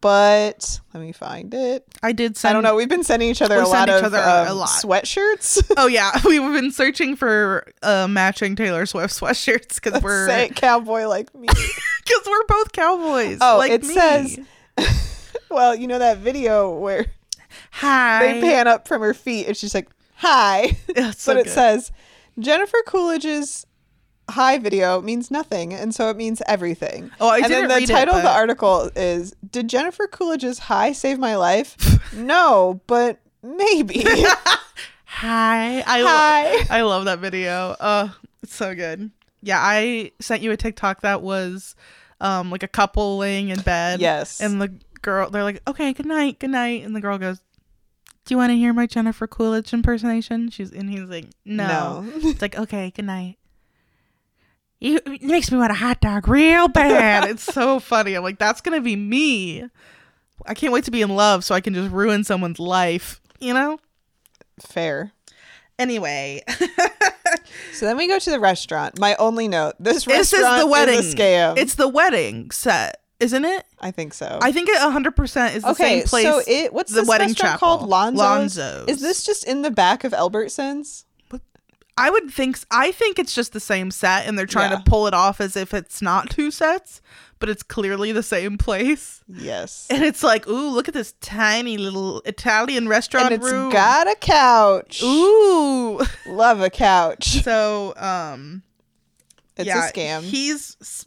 A: but let me find it.
B: I did send.
A: I don't know. We've been sending each other
B: We
A: a lot
B: send each
A: of
B: other a
A: um,
B: lot.
A: sweatshirts. [LAUGHS]
B: Oh yeah, [LAUGHS] we've been searching for uh, matching Taylor Swift [LAUGHS] sweatshirts because we're
A: Say
B: [LAUGHS]
A: it, cowboy like me.
B: because we're both cowboys.
A: Oh,
B: like
A: it
B: me.
A: says. [LAUGHS] well, you know that video where they
B: hi.
A: pan up from her feet and she's like,
B: [LAUGHS]
A: "Hi." [LAUGHS]
B: That's so
A: but it
B: good.
A: says Jennifer Coolidge's "Hi" video means nothing, and so it means everything.
B: Oh, I
A: and then
B: didn't
A: the
B: read it,
A: title of the
B: but-
A: article is "Did Jennifer Coolidge's "Hi" save my
B: [LAUGHS]
A: life?" no, but maybe. [LAUGHS]
B: hi. I
A: Hi.
B: I love that video. Oh, it's so good. Yeah, I sent you a TikTok that was um like a couple laying in bed.
A: Yes.
B: And the girl they're like, Okay, good night, good night. And the girl goes, Do you wanna hear my Jennifer Coolidge impersonation? She's and he's like, No. It's like, okay, good night. You it makes me want a hot dog real bad. it's so funny. I'm like, that's gonna be me. I can't wait to be in love so I can just ruin someone's life, you know?
A: fair.
B: Anyway, [LAUGHS]
A: So then we go to the restaurant. My only note: this
B: This is
A: restaurant
B: the wedding.
A: Is a scam.
B: It's the wedding set, isn't it?
A: I think so.
B: I think it 100% is the
A: okay,
B: same place.
A: so it what's
B: the
A: this
B: wedding
A: restaurant
B: chapel.
A: called? Lonzo's?
B: Lonzo's.
A: Is this just in the back of Albertsons?
B: I would think s- I think it's just the same set and they're trying
A: Yeah.
B: to pull it off as if it's not two sets, but it's clearly the same place. [LAUGHS]
A: Yes.
B: And it's like, "Ooh, look at this tiny little Italian restaurant
A: And it's
B: room."
A: got a couch. [LAUGHS]
B: Ooh.
A: Love a couch.
B: So, um
A: It's
B: yeah,
A: a scam.
B: He's s-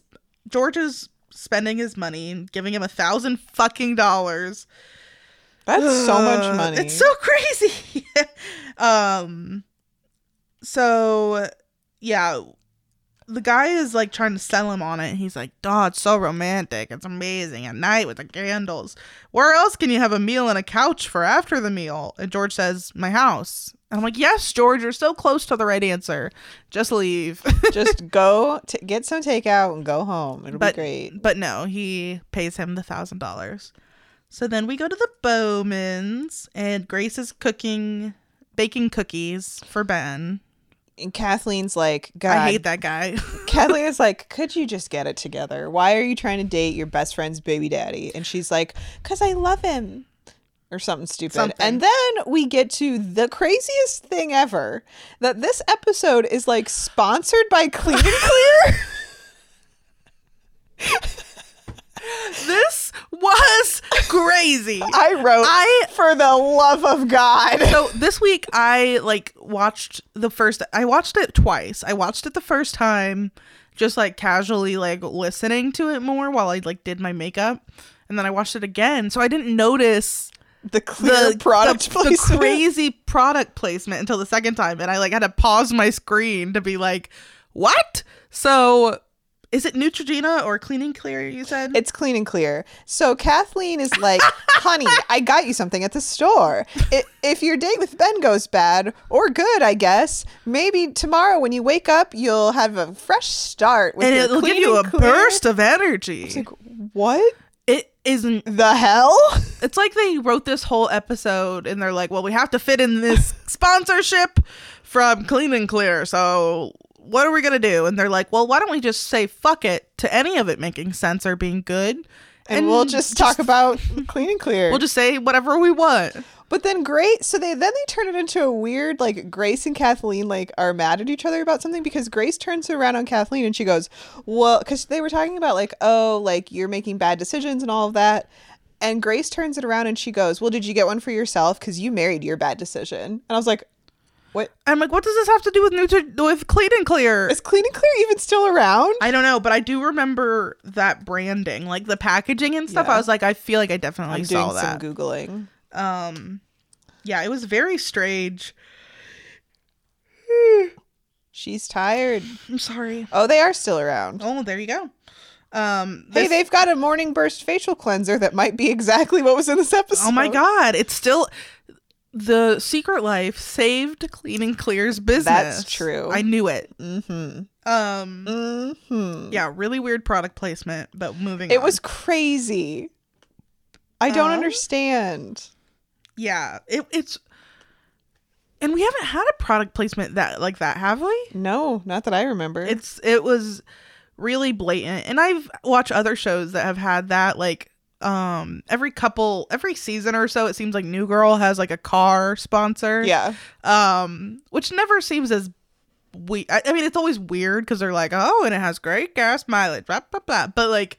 B: George is spending his money and giving him a thousand fucking dollars.
A: That's so much
B: Ugh,
A: money.
B: [SIGHS] It's so [LAUGHS] crazy. [LAUGHS] um so yeah, the guy is like trying to sell him on it. and He's like, "Dawg, it's so romantic. It's amazing. At night with the candles. Where else can you have a meal and a couch for after the meal?" And George says, "My house." And I'm like, "Yes, George, you're so close to the right answer. Just leave." [LAUGHS]
A: just go t- get some takeout and go home. It'll
B: but
A: be great.
B: but no, he pays him the thousand dollars. So then we go to the Bowmans, and Grace is cooking, baking cookies for Ben.
A: And Kathleen's like, God,
B: I hate that [LAUGHS] guy.
A: Kathleen is like, could you just get it together? Why are you trying to date your best friend's baby daddy? And she's like, because I love him. Or something stupid.
B: Something.
A: And then we get to the craziest thing ever that this episode is like sponsored by
B: [LAUGHS]
A: Clean and Clear.
B: [LAUGHS] this was crazy.
A: I wrote,
B: I-
A: for the love of
B: [LAUGHS]
A: God.
B: so this week I like watched the first I watched it twice. I watched it the first time just like casually like listening to it more while I like did my makeup and then I watched it again. So I didn't notice
A: The clear product
B: the, the
A: place. [LAUGHS]
B: crazy product placement until the second time and i like had to pause my screen to be like what so is it neutrogena or cleaning clear you said
A: It's clean and clear. So Kathleen is like, honey, I got you something at the store. I- If your date with Ben goes bad, or good, I guess, maybe tomorrow when you wake up, you'll have a fresh start. With
B: and
A: your
B: it'll give
A: Clean
B: you a
A: and Clear."
B: burst of energy
A: Like, what
B: it isn't
A: the hell? [LAUGHS]
B: it's like they wrote this whole episode and they're like well we have to fit in
A: [LAUGHS]
B: this sponsorship from clean and clear so what are we gonna do and they're like well why don't we just say fuck it to any of it making sense or being good
A: And, we'll just, talk about clean and clear.
B: we'll just say whatever we want
A: but then great. So they then they turn it into a weird like Grace and Kathleen like are mad at each other about something because Grace turns around on Kathleen and she goes, "Well, because they were talking about like oh like you're making bad decisions and all of that." And Grace turns it around and she goes, "Well, did you get one for yourself? Because you married your bad decision." And I was like, "What
B: I'm like, what does this have to do with Nutri- with Clean and Clear?
A: is Clean and Clear even still around?"
B: I don't know, but I do remember that branding, like the packaging and stuff.
A: Yeah.
B: I was like, I feel like I definitely
A: I'm doing
B: saw that.
A: some googling.
B: um, yeah, it was very strange.
A: She's tired.
B: I'm sorry.
A: Oh, they are still around.
B: Oh, there you go. Um,
A: Hey,
B: this-
A: they've got a morning burst facial cleanser that might be exactly what was in this episode.
B: oh my god, it's still the Secret Life saved Clean and Clear's business.
A: true.
B: I knew it.
A: Mm-hmm.
B: Um,
A: hmm
B: yeah, really weird product placement, but moving.
A: It
B: on.
A: was crazy. I don't
B: Um,
A: understand.
B: yeah it, it's and we haven't had a product placement that like that have we
A: No, not that I remember.
B: it's it was really blatant and i've watched other shows that have had that like um every couple every season or so it seems like new girl has like a car sponsor [LAUGHS]
A: yeah,
B: um which never seems as we I, I mean it's always weird because they're like oh and it has great gas mileage blah blah blah but like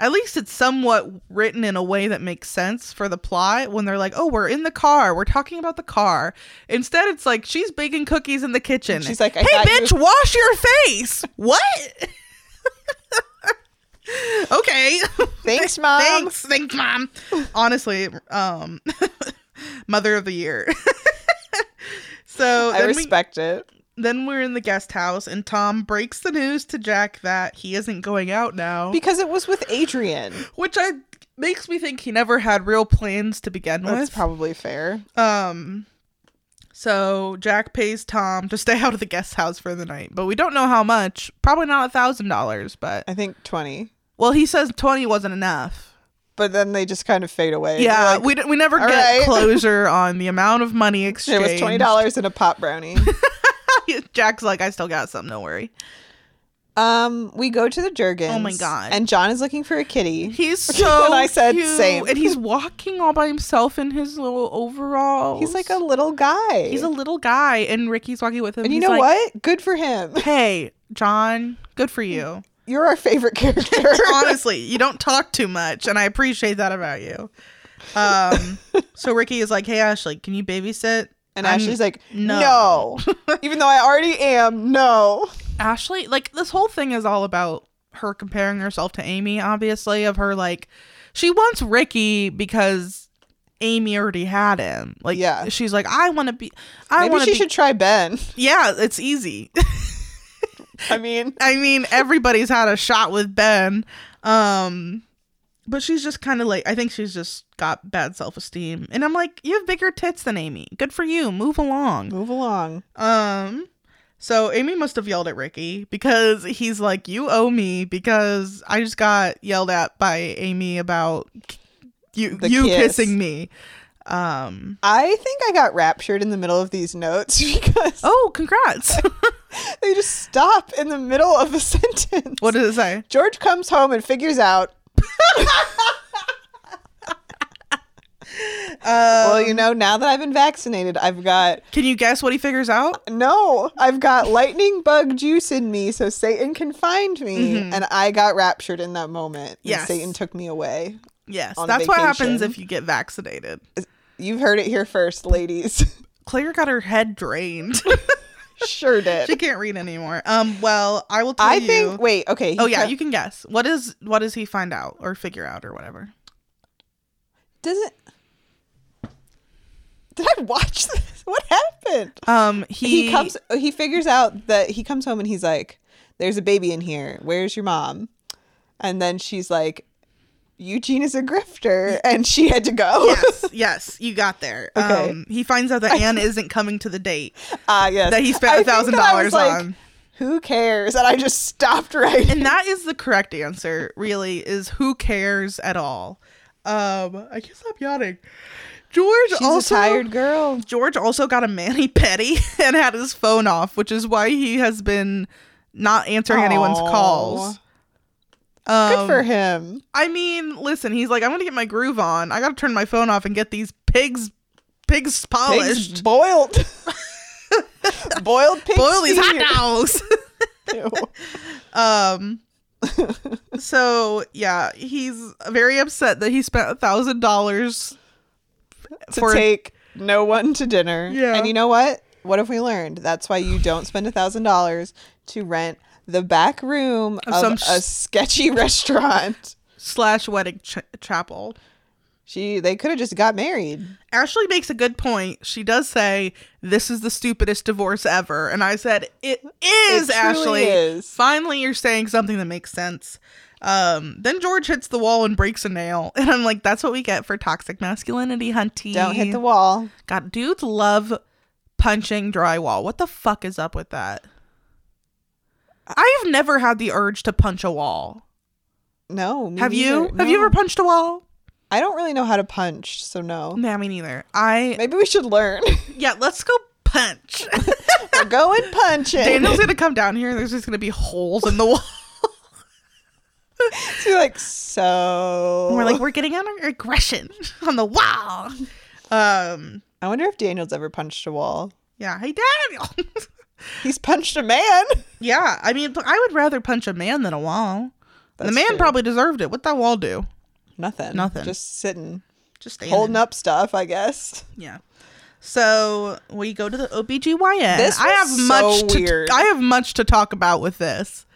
B: at least it's somewhat written in a way that makes sense for the plot when they're like oh we're in the car we're talking about the car instead it's like she's baking cookies in the kitchen
A: she's like, I
B: hey
A: got you-
B: bitch wash your face [LAUGHS] what okay [LAUGHS]
A: thanks, mom.
B: thanks thanks mom Um, honestly um [LAUGHS] mother of the year [LAUGHS] so
A: I
B: then,
A: respect it.
B: we, then we're in the guest house and tom breaks the news to jack that he isn't going out now
A: Because it was with Adrian.
B: which i makes me think he never had real plans to begin
A: That's
B: with
A: probably fair.
B: um so jack pays tom to stay [LAUGHS] out of the guest house for the night but we don't know how much probably not a thousand dollars but
A: I think 20.
B: well he says 20 wasn't enough
A: But then they just kind of fade away.
B: Yeah,
A: They're like,
B: we, d- we never
A: "All
B: get
A: right." [LAUGHS]
B: closure on the amount of money exchanged.
A: It was $20 and a pop brownie.
B: It [LAUGHS] Jack's like, I still got some. Don't worry.
A: Um, we go to the Jergens.
B: Oh my God.
A: And John is looking for a kitty. [LAUGHS]
B: He's so.
A: And I said,
B: cute,
A: "Same." [LAUGHS]
B: And he's walking all by himself in his little overalls.
A: He's like a little guy.
B: He's a little guy, and Ricky's walking with him.
A: and you
B: He's
A: know
B: like,
A: what? Good for him. [LAUGHS]
B: Hey, John. Good for you.
A: You're our
B: [LAUGHS]
A: favorite character.
B: Honestly, you don't talk too much, and I appreciate that about you.
A: [LAUGHS]
B: Um. so Ricky is like, "Hey Ashley, can you babysit?"
A: and
B: I'm-
A: Ashley's like,
B: no.
A: no. [LAUGHS] Even though I already am, no.
B: Ashley, like this whole thing is all about her comparing herself to Amy, obviously, of her like she wants Ricky because Amy already had him. Like
A: Yeah.
B: she's like, I wanna be I
A: Maybe
B: wanna
A: she
B: be
A: should try Ben. [LAUGHS]
B: Yeah, it's easy. [LAUGHS]
A: I mean,
B: I mean, everybody's had a shot with Ben. Um but she's just kind of like I think she's just got bad self-esteem. And I'm like, you have bigger tits than Amy. Good for you. Move along.
A: move along.
B: Um, so Amy must have yelled at Ricky because he's like, "You owe me," because I just got yelled at by Amy about k- you
A: The
B: you
A: kiss.
B: kissing me. Um.
A: I think I got raptured in the middle of these notes [LAUGHS] because
B: Oh, congrats!
A: they just stop in the middle of a [LAUGHS] sentence.
B: [LAUGHS] what does it say?
A: George comes home and figures
B: [LAUGHS]
A: out, [LAUGHS]
B: Um,
A: well, you know, now that I've been vaccinated, I've got
B: Can you guess what he figures out?
A: no, I've got lightning bug juice in me, so Satan can find me. And I got raptured in that moment. and
B: Mm-hmm. Yes.
A: Satan took me away.
B: Yes,
A: On
B: that's what happens
A: vacation.
B: if you get vaccinated.
A: You've heard it here first,
B: [LAUGHS]
A: ladies.
B: Claire got her head drained. [LAUGHS]
A: sure did.
B: she can't read anymore. Um. Well, I will tell
A: I
B: you.
A: think, wait, okay. he
B: oh yeah,
A: kept- [LAUGHS]
B: you can guess. What is what does he find out or figure out or whatever?
A: doesn't. Did I watch this? What happened?
B: Um. He,
A: he, comes he figures out that he comes home and he's like there's a baby in here where's your mom and then she's like eugene is a grifter and she had to go [LAUGHS]
B: yes, yes, you got there.
A: Okay.
B: Um, he finds out that Anne isn't coming to the date
A: ah yes
B: that he
A: I
B: spent a
A: think
B: thousand
A: that I was
B: dollars
A: like,
B: on,
A: who cares and i just stopped right
B: and that is the correct answer. Really, is who cares at all? Um, I can't stop yawning. George
A: she's
B: also
A: a tired girl
B: George also got a mani petty [LAUGHS] and had his phone off, which is why he has been not answering anyone's
A: Aw.
B: calls.
A: good
B: Um,
A: for him
B: I mean, listen, he's like, I'm gonna get my groove on. I gotta turn my phone off and get these pigs, pigs
A: pigs
B: polished.
A: boiled [LAUGHS] boiled pigs
B: Boil these hot
A: [LAUGHS]
B: dogs.
A: dogs
B: [LAUGHS] Um. so yeah, he's very upset that he spent a thousand dollars
A: to take no one to dinner.
B: Yeah.
A: And you know what? What have we learned? That's why you don't spend a thousand dollars to rent the back room of,
B: some
A: a
B: s-
A: sketchy [LAUGHS] restaurant.
B: slash wedding ch- chapel.
A: She they could have just got married.
B: Ashley makes a good point. She does say this is the stupidest divorce ever, and I said it is.
A: It truly
B: Ashley,
A: is.
B: finally, you're saying something that makes sense. Um, then George hits the wall and breaks a nail, [LAUGHS] and I'm like, that's what we get for toxic masculinity, hunty.
A: Don't hit the wall.
B: God, dudes love punching drywall. What the fuck is up with that? I have never had the urge to punch a wall.
A: No. me
B: Have you?
A: neither.
B: Have you
A: No.
B: ever punched a wall?
A: I don't really know how to punch, so no.
B: Nah, me neither. I
A: Maybe we should learn. [LAUGHS]
B: yeah, let's go punch. [LAUGHS]
A: We're going punching.
B: Daniel's gonna come down here. There's just gonna be holes in the wall.
A: [LAUGHS]
B: [LAUGHS]
A: You're like so.
B: And we're like, we're getting on our aggression [LAUGHS] on the wall. Um,
A: I wonder if Daniel's ever punched a wall.
B: yeah. Hey, Daniel. [LAUGHS]
A: He's punched a man. [LAUGHS]
B: yeah, I mean, I would rather punch a man than a wall. the
A: That's
B: man
A: true.
B: probably deserved it. What that wall do?
A: Nothing.
B: Nothing.
A: Just sitting,
B: Just standing.
A: holding up stuff, I guess.
B: Yeah. So we go to the OBGYN.
A: This
B: I have
A: was so
B: much
A: weird.
B: to I have much to talk about with this.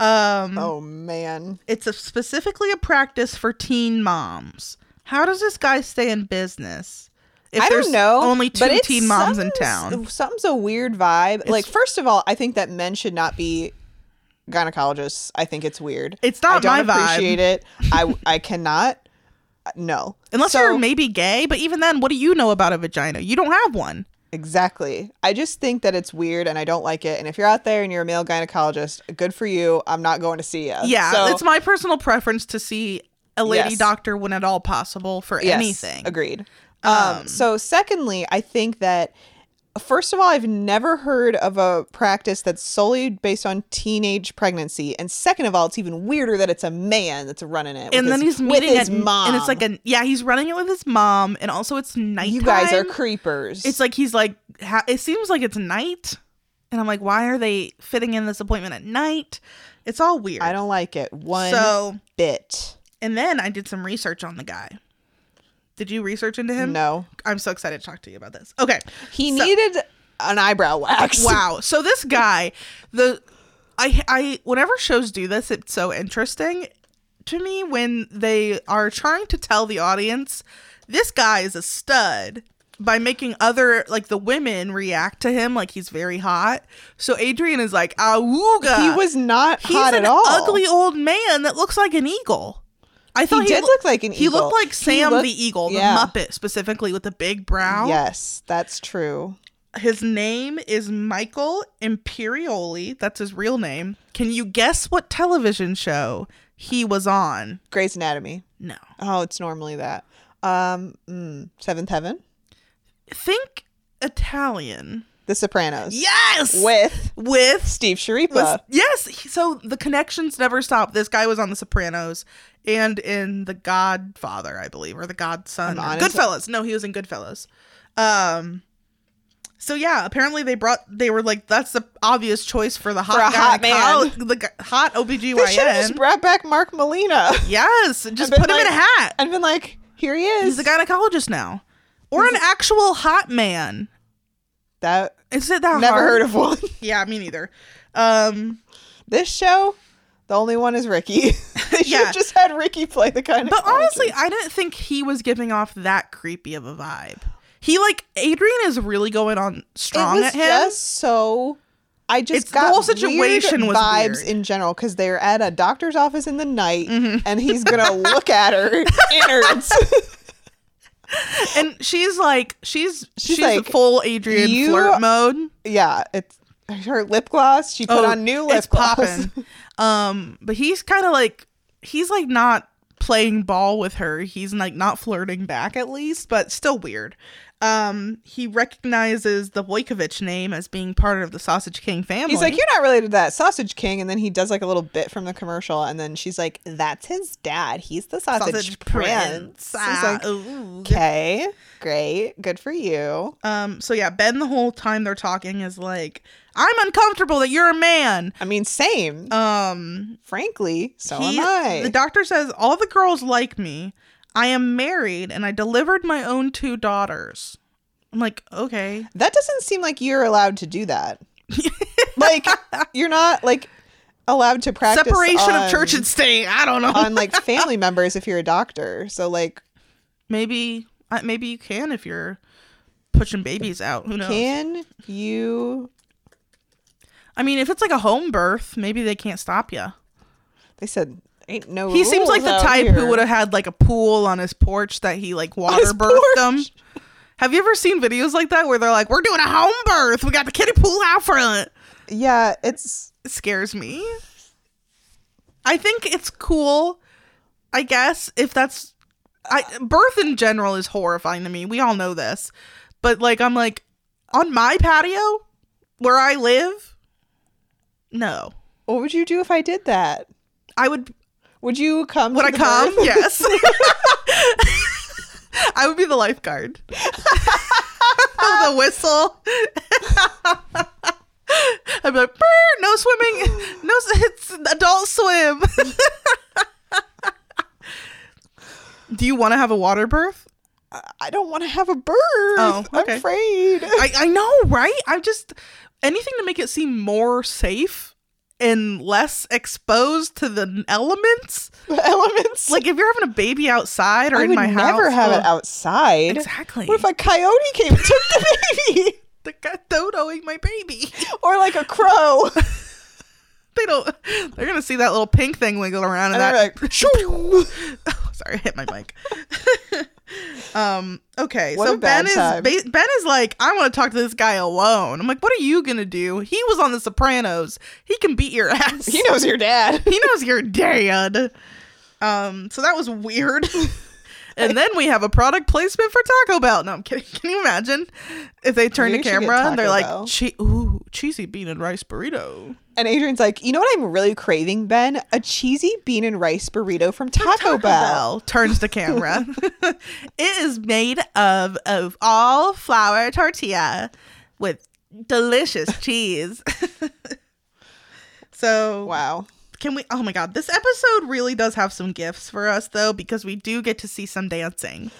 B: Um
A: Oh man.
B: it's a, specifically a practice for teen moms. How does this guy stay in business? If
A: I
B: there's
A: don't know.
B: only two
A: but it's
B: teen moms in
A: something's-
B: town.
A: Something's a weird vibe. like, first of all, I think that men should not be gynecologists. I think it's weird.
B: It's not
A: I don't
B: my vibe.
A: appreciate it. I I cannot. No.
B: Unless
A: So-
B: you're maybe gay, but even then, what do you know about a vagina? You don't have one.
A: exactly. I just think that it's weird and I don't like it. And if you're out there and you're a male gynecologist, good for you. I'm not going to see you.
B: Yeah,
A: Uh, So,
B: it's my personal preference to see a lady
A: Yes.
B: doctor when at all possible for
A: yes, Um,
B: anything.
A: Agreed. Um, so secondly, I think that First of all, I've never heard of a practice that's solely based on teenage pregnancy, and second of all, it's even weirder that it's a man that's running it. with
B: and then
A: his-
B: he's
A: with
B: meeting
A: his
B: at,
A: mom,
B: and it's like a yeah, he's running it with his mom, and also it's nighttime.
A: you guys are creepers.
B: It's like he's like ha- it seems like it's night, and I'm like, why are they fitting in this appointment at night? It's all weird.
A: I don't like it one
B: So
A: bit.
B: and then I did some research on the guy. Did you research into him?
A: No,
B: I'm so excited to talk to you about this. Okay.
A: he
B: So-
A: needed an eyebrow wax.
B: Wow. So this guy, the I I whenever shows do this, it's so interesting to me when they are trying to tell the audience this guy is a stud by making other like the women react to him like he's very hot. So Adrian is like, "Awooga." [LAUGHS]
A: he was not
B: He's
A: hot
B: an
A: at all.
B: ugly old man that looks like an eagle. I
A: He
B: thought
A: did
B: loo-
A: look like an
B: he
A: eagle.
B: looked like
A: He
B: Sam
A: looked-
B: the Eagle, the
A: yeah.
B: Muppet specifically with the big brow.
A: Yes, that's true.
B: His name is Michael Imperioli. That's his real name. Can you guess what television show he was on?
A: Grey's Anatomy.
B: No.
A: Oh, it's normally that. Um, mm, Seventh Heaven,
B: Think Italian.
A: The Sopranos.
B: Yes.
A: with
B: with
A: Steve Sharipa.
B: was- yes. he- So the connections never stop. This guy was on The Sopranos and in The Godfather, I believe, or The
A: I'm
B: Godson. or
A: honest-
B: Goodfellas. No, he was in Goodfellas. Um. So yeah, apparently they brought. They were like, "That's the obvious choice for the hot
A: a
B: guy
A: hot
B: in
A: man.
B: college- the g- hot OBGYN."
A: they should have just brought back Mark Molina [LAUGHS]
B: Yes, just
A: been
B: put him in a
A: like-
B: hat.
A: and been like, "Here he is."
B: He's a gynecologist now, or an actual hot man.
A: that
B: Is it that
A: never
B: hard?
A: heard of one. [LAUGHS]
B: Yeah, me neither. Um,
A: this show, the only one is Ricky. [LAUGHS] they should
B: Yeah.
A: have just had Ricky play the kind of.
B: but honestly, I didn't think he was giving off that creepy of a vibe. He like Adrian is really going on
A: it
B: strong
A: was
B: at him.
A: just so. I just
B: It's- the
A: got
B: whole situation
A: weird
B: was
A: vibes
B: weird. Mm-hmm.
A: in general because they're at a doctor's office in the night and he's
B: [LAUGHS]
A: gonna look at her innards.
B: and she's like, she's she's,
A: She's like,
B: full Adrian
A: "You
B: flirt mode.
A: [LAUGHS] yeah, it's her lip gloss. She put on new lip
B: Oh, it's
A: gloss.
B: popping. um, but he's kind of like he's like not playing ball with her. He's like not flirting back at least, but still weird. Um, he recognizes the Wojkovich name as being part of the Sausage King family.
A: He's like, you're not related to that sausage king, and then he does like a little bit from the commercial, and then she's like, that's his dad. He's the sausage, prince. He's
B: Ah,
A: like,
B: ooh.
A: okay, great, good for you.
B: um, so yeah, Ben the whole time they're talking is like, I'm uncomfortable that you're a man.
A: I mean, same.
B: Um,
A: Frankly, so
B: He-
A: am I.
B: The doctor says all the girls like me. I am married and I delivered my own two daughters. I'm like, okay.
A: that doesn't seem like you're allowed to do that.
B: [LAUGHS]
A: like you're not like allowed to practice
B: Separation of church
A: on-
B: and state. I don't know.
A: on like family members if you're a doctor. So like,
B: maybe, uh, maybe you can if you're pushing babies out. Who knows?
A: can you?
B: I mean, if it's like a home birth, maybe they can't stop you.
A: They said ain't no.
B: He seems like
A: rules
B: the
A: out
B: type who
A: here."
B: would have had like a pool on his porch that he like water
A: his
B: birthed
A: porch.
B: them. Have you ever seen videos like that where they're like, "We're doing a home birth. We got the kiddie pool out front."
A: Yeah, it's
B: scares me. I think it's cool, I guess, if that's I birth in general is horrifying to me. We all know this. But like I'm like on my patio where I live? No.
A: What would you do if I did that?
B: I would
A: Would you come?
B: would
A: to
B: I
A: the
B: come?
A: birth?
B: Yes. I would be the lifeguard. the whistle. I'd be like, "Brr, no swimming, no, s- it's adult swim. [LAUGHS] Do you want to have a water birth?
A: I- [LAUGHS] I don't want to have a birth.
B: Oh, okay.
A: I'm afraid. [LAUGHS]
B: I, I know, right? I just anything to make it seem more safe and less exposed to the elements.
A: The elements.
B: Like if you're having a baby outside or
A: I
B: in
A: would
B: my house, oh,
A: never have
B: ugh.
A: it outside.
B: Exactly.
A: What if a coyote came and took the [LAUGHS] baby,
B: the cat dodoing my baby? [LAUGHS]
A: or like a crow?
B: They don't. They're gonna see that little pink thing wiggle around, and,
A: And I'm
B: that. [LAUGHS]
A: like, shoo.
B: oh, sorry, I hit my mic. [LAUGHS] um. Okay.
A: What
B: so
A: a bad
B: Ben is
A: time.
B: ba- Ben is like, I want to talk to this guy alone. I'm like, what are you gonna do? He was on The Sopranos. He can beat your [LAUGHS] ass.
A: he knows
B: [LAUGHS]
A: your dad.
B: he knows your dad. Um, so that was weird. [LAUGHS] and then we have a product placement for Taco Bell. No, I'm kidding. [LAUGHS] Can you imagine if they turn
A: Maybe
B: the
A: we should get
B: camera and they're
A: Taco
B: like,
A: Bell.
B: che- "Ooh, cheesy bean and rice burrito."
A: And Adrian's like, you know what I'm really craving, Ben? A cheesy bean and rice burrito from Taco, Bell.
B: turns
A: [LAUGHS]
B: the camera. [LAUGHS] it is made of of all flour tortilla with delicious
A: [LAUGHS]
B: cheese. so
A: Wow.
B: can we oh my god, this episode really does have some gifts for us though because we do get to see some dancing.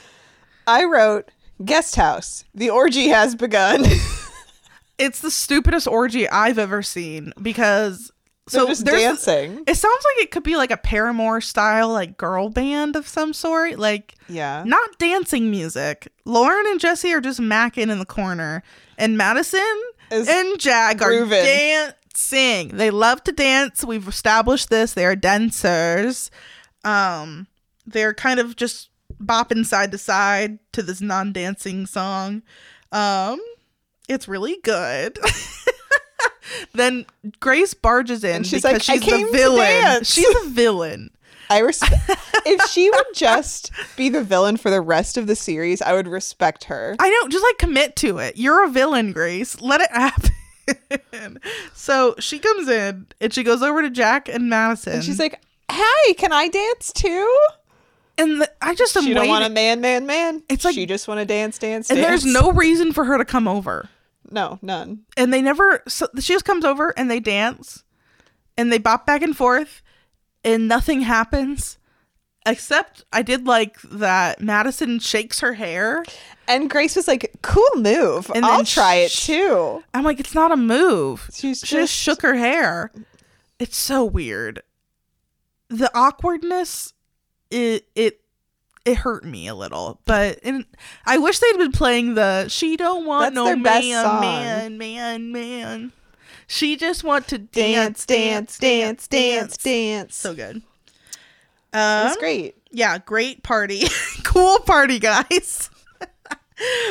A: I wrote guest house. The orgy has begun. [LAUGHS]
B: It's the stupidest orgy I've ever seen because
A: so
B: so
A: just
B: there's- [LAUGHS]
A: dancing.
B: It sounds like it could be like a Paramore style like girl band of some sort like
A: yeah.
B: not dancing music. Lauren and Jesse are just macking in the corner, and Madison
A: Is
B: and Jag are
A: grooving.
B: dancing. They love to dance. We've established this. They are dancers. Um, they're kind of just bopping side to side to this non-dancing song. Um, it's really good. [LAUGHS] then Grace barges in
A: And she's
B: because
A: like, "I
B: she's
A: came
B: the
A: to
B: villain.
A: dance."
B: She's the villain.
A: I respect. if she would just be the villain for the rest of the series, I would respect her.
B: I know, just like commit to it. You're a villain, Grace. Let it [LAUGHS] happen. so she comes in and she goes over to Jack and Madison.
A: And she's like, "Hi, can I dance too?"
B: and the- I just am
A: She don't
B: waiting.
A: want a man, man, man.
B: It's like-
A: she just want to dance, dance,
B: and
A: dance.
B: there's no reason for her to come over.
A: no, none.
B: And they never. So she just comes over and they dance, and they bop back and forth, and nothing happens. Except I did like that Madison shakes her hair.
A: And Grace was like, "Cool move.
B: And
A: I'll
B: then
A: try it
B: sh-
A: too."
B: I'm like, it's not a move.
A: She's
B: She
A: just-
B: just shook her hair. It's so weird. The awkwardness, it it it hurt me a little. But and I wish they'd been playing the "She don't want
A: That's
B: no
A: their
B: man,
A: best song.
B: man, man, man." She just want to
A: Dance,
B: dance,
A: dance, dance, dance, dance.
B: So good.
A: It
B: Um,
A: was great.
B: yeah, great party, [LAUGHS] cool party, guys.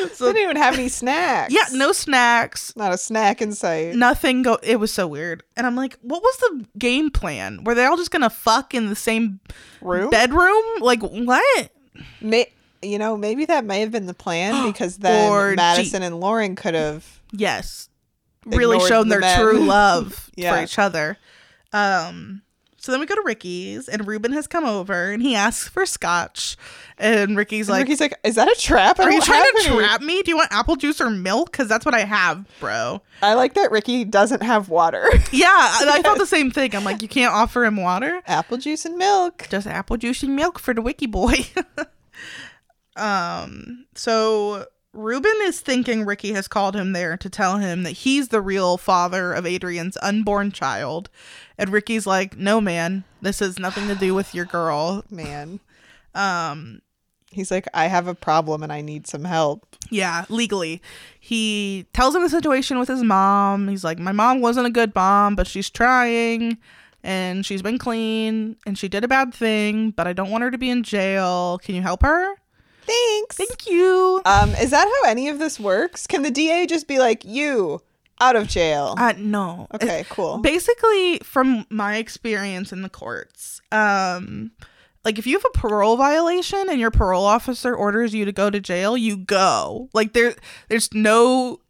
A: They
B: so
A: didn't even have any snacks.
B: yeah, no Mm, snacks,
A: not a snack in sight.
B: nothing go it was so weird and i'm like what was the game plan were they all just gonna fuck in the same
A: Room?
B: bedroom like what
A: May- you know, maybe that may have been the plan
B: [GASPS]
A: because then
B: Orgy.
A: Madison and Lauren could have.
B: yes really
A: Ignored
B: shown
A: the
B: their
A: men. [LAUGHS]
B: true love for
A: Yeah.
B: each other um so then we go to ricky's and ruben has come over and he asks for scotch and ricky's like
A: Ricky's like, "Is that a trap? I
B: are you
A: don't
B: trying
A: have
B: to
A: any."
B: trap me do you want apple juice or milk because that's what i have bro
A: I like that Ricky doesn't have
B: [LAUGHS]
A: water.
B: yeah and i
A: [LAUGHS]
B: thought the same thing i'm like you can't offer him water
A: Apple juice and milk.
B: just apple juice and milk for the wiki boy. [LAUGHS] um, so Ruben is thinking Ricky has called him there to tell him that he's the real father of Adrian's unborn child. And Ricky's like, "No, man. This has nothing to do with your girl."
A: Man,
B: Um,
A: he's like, I have a problem and I need some help.
B: yeah, legally. He tells him the situation with his mom. He's like, "My mom wasn't a good mom, but she's trying." And she's been clean and she did a bad thing, but I don't want her to be in jail. Can you help her?
A: Thanks.
B: Thank you.
A: Um, is that how any of this works? Can the DA just be like, you out of jail?
B: Uh, no.
A: okay, cool.
B: Basically, from my experience in the courts, um, like if you have a parole violation and your parole officer orders you to go to jail, you go. Like there, there's no,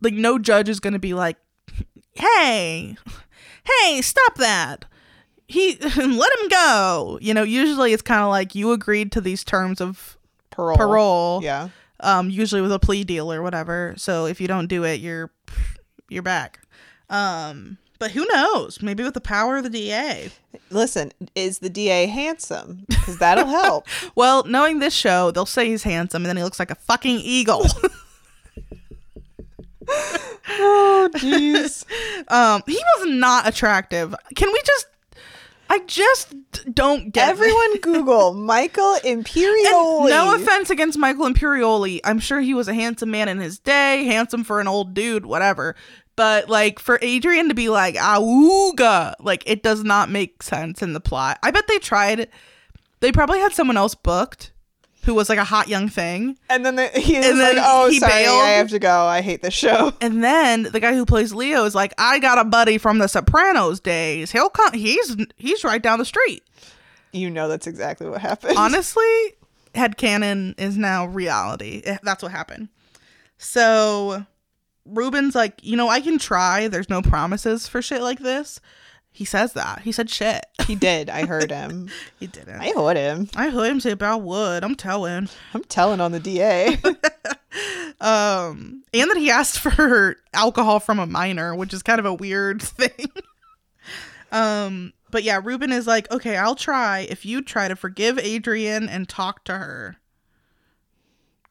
B: like no judge is gonna be like, hey, hey, stop that. He [LAUGHS] let him go. You know, usually it's kind of like you agreed to these terms of
A: Parole.
B: parole
A: Yeah.
B: um, usually with a plea deal or whatever. So if you don't do it, you're you're back. Um, but who knows? Maybe with the power of the DA.
A: Listen, is the DA handsome? Because that'll
B: [LAUGHS]
A: help.
B: Well, knowing this show, they'll say he's handsome, and then he looks like a fucking [LAUGHS] eagle.
A: oh, jeez.
B: um, he was not attractive. Can we just? I just don't get this.
A: Everyone Google Michael
B: And
A: Imperioli.
B: no offense against Michael Imperioli. I'm sure he was a handsome man in his day, handsome for an old dude, whatever. But like for Adrian to be like awooga, like it does not make sense in the plot. I bet they tried. They probably had someone else booked, who was like a hot young thing,
A: And then the, he's
B: And
A: like,
B: then
A: oh,
B: he
A: sorry,
B: bailed.
A: I have to go. I hate this show.
B: and then the guy who plays Leo is like, I got a buddy from The Sopranos days. He'll come. He's he's right down the street.
A: You know that's exactly what happened.
B: Honestly, headcanon is now reality. It- That's what happened. So Ruben's like, you know, I can try. There's no promises for shit like this. He says that. He said shit. [LAUGHS]
A: He did. I heard him.
B: He didn't.
A: I heard him.
B: I heard him say about wood. I'm telling.
A: I'm telling on the
B: [LAUGHS]
A: DA.
B: Um, and that he asked [LAUGHS] for alcohol from a minor, which is kind of a weird [LAUGHS] thing. um, but yeah, Ruben is like, okay, I'll try if you try to forgive Adrian and talk to her.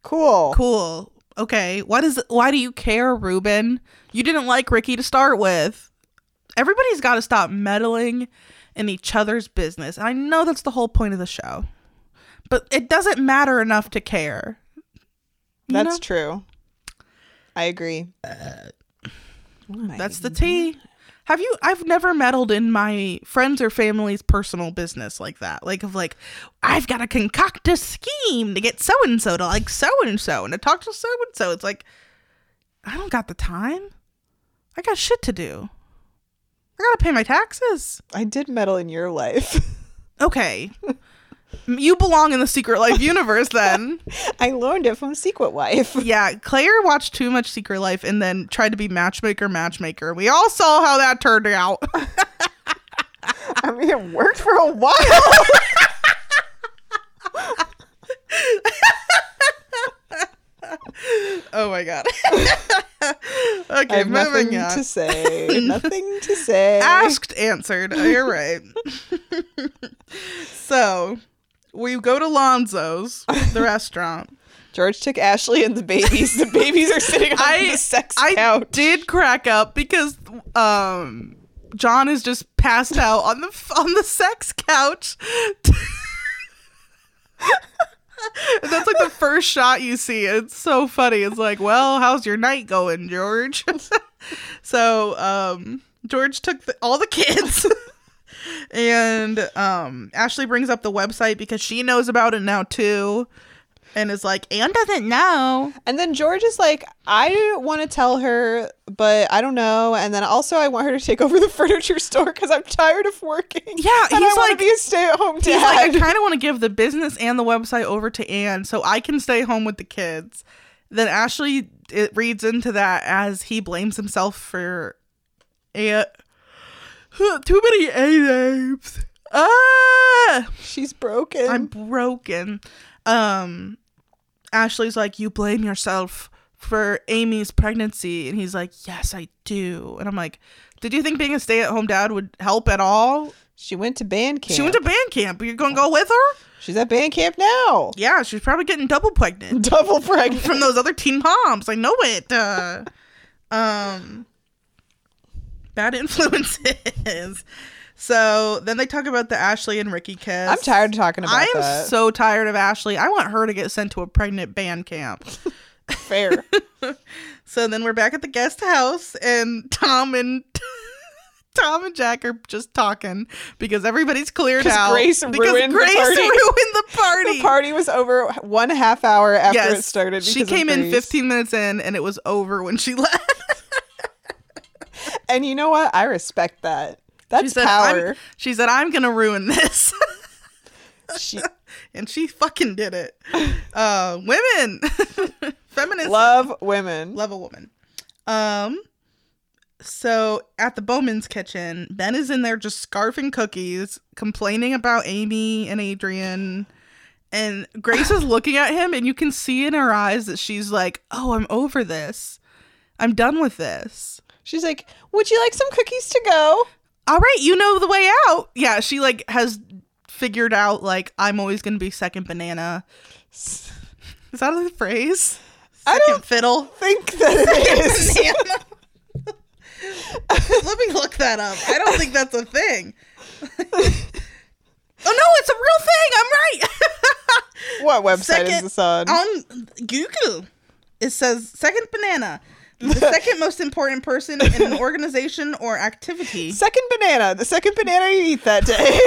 A: Cool.
B: Cool. Okay. What is? Why do you care, Ruben? You didn't like Ricky to start with. Everybody's got to stop meddling in each other's business. And I know that's the whole point of the show, but it doesn't matter enough to care. You
A: That's
B: know?
A: true. I agree. What am I
B: That's the
A: eating?
B: tea. Have you? I've never meddled in my friends or family's personal business like that. Like of like, I've got to concoct a scheme to get so and so to like so and so and to talk to so and so. It's like, I don't got the time. I got shit to do. I gotta pay my taxes.
A: I did meddle in your life. [LAUGHS]
B: Okay, [LAUGHS] you belong in the Secret Life universe then.
A: I learned it from Secret Wife. [LAUGHS]
B: yeah, Claire watched too much Secret Life and then tried to be matchmaker, matchmaker. We all saw how that turned out. [LAUGHS]
A: I mean, it worked for a
B: [LAUGHS]
A: while.
B: Oh my god. [LAUGHS] okay,
A: I have
B: moving
A: nothing
B: on.
A: to say. nothing to say.
B: Asked, answered. Oh, you're right. [LAUGHS] so we go to Lonzo's,
A: [LAUGHS]
B: the restaurant.
A: George took Ashley and the babies. The babies are sitting [LAUGHS] on
B: I-
A: the sex
B: I
A: couch.
B: did crack up because um John is just passed out on the on the sex couch. [LAUGHS] And That's like the first shot you see. It's so funny. It's like, well, how's your night going, George? [LAUGHS] so, um, George took the, all the kids, [LAUGHS] and um, Ashley brings up the website because she knows about it now too, and is like, Anne doesn't know.
A: And then George is like, I didn't want to tell her, but I don't know. And then also, I want her to take over the [LAUGHS] furniture store because I'm tired of working.
B: Yeah,
A: and
B: he's
A: I wanna
B: like-
A: be a stay-at-home
B: He's like, I
A: dad.
B: kind of want to give the business and the website over to Anne so I can stay home with the kids. Then Ashley it reads into that as he blames himself for a- [GASPS] too many A names. Ah,
A: [LAUGHS] She's broken.
B: I'm broken. Um, Ashley's like, you blame yourself for Amy's pregnancy, and he's like, yes, I do. And I'm like, did you think being a stay-at-home dad would help at all?
A: she went to band camp.
B: She went to band camp. You're gonna go with her?
A: She's at band camp now. [LAUGHS]
B: Yeah, she's probably getting double pregnant
A: Double pregnant.
B: from those other teen moms. I know it. Uh, um, bad influences. So then they talk about the Ashley and Ricky kiss.
A: I'm tired of talking about
B: I am
A: that.
B: so tired of Ashley. I want her to get sent to a pregnant band camp. [LAUGHS]
A: Fair.
B: so then we're back at the guest house, and Tom and [LAUGHS] Tom and Jack are just talking because everybody's cleared
A: 'Cause
B: out.
A: Grace ruined the
B: Grace
A: party.
B: ruined the
A: [LAUGHS] the party was over one half hour after it started.
B: She
A: because of
B: came in
A: Grease.
B: 15 minutes in and it was over when she [LAUGHS] left.
A: And you know what? I respect that. That's
B: She said,
A: power.
B: [LAUGHS] "I'm-" She said, I'm going to ruin this. [LAUGHS]
A: She,
B: and she fucking did it. Uh, women, [LAUGHS] feminists love-,
A: love women.
B: a woman. Um, so at the Bowman's kitchen, Ben is in there just scarfing cookies, complaining about Amy and Adrian. And Grace is looking at him, and you can see in her eyes that she's like, Oh, I'm over this. I'm done with this.
A: She's like, "Would you like some cookies to go?"
B: all right, you know the way out. Yeah, she like has figured out like I'm always gonna be second banana. Is that a phrase?
A: I don't
B: fiddle.
A: think that it is.
B: Banana. [LAUGHS] Let me look that up. I don't think that's a [LAUGHS] thing. oh no, it's a real thing. I'm right.
A: [LAUGHS] What website is
B: Second-
A: this on?
B: [LAUGHS] on Google, it says second banana, [LAUGHS] the second most important person in an organization or activity.
A: Second banana. The second banana you eat that
B: [LAUGHS]
A: day.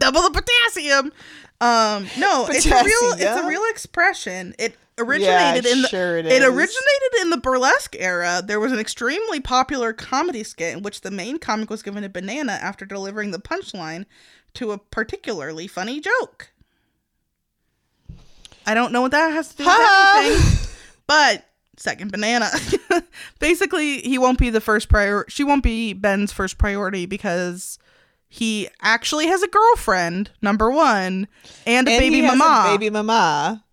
B: double the potassium. Um, no, it's a real it's a
A: Potassium.
B: real expression. It originated in the
A: sure it
B: it,
A: is.
B: originated in the burlesque era. There was an extremely popular comedy skit in which the main comic was given a banana after delivering the punchline to a particularly funny joke. I don't know what that has to do with
A: Ha!
B: anything, but second banana. [LAUGHS] Basically, he won't be the first prior. She won't be Ben's first priority because he actually has a girlfriend. Number one, and
A: [LAUGHS]
B: a
A: And
B: baby
A: he has a
B: mama.
A: baby mama.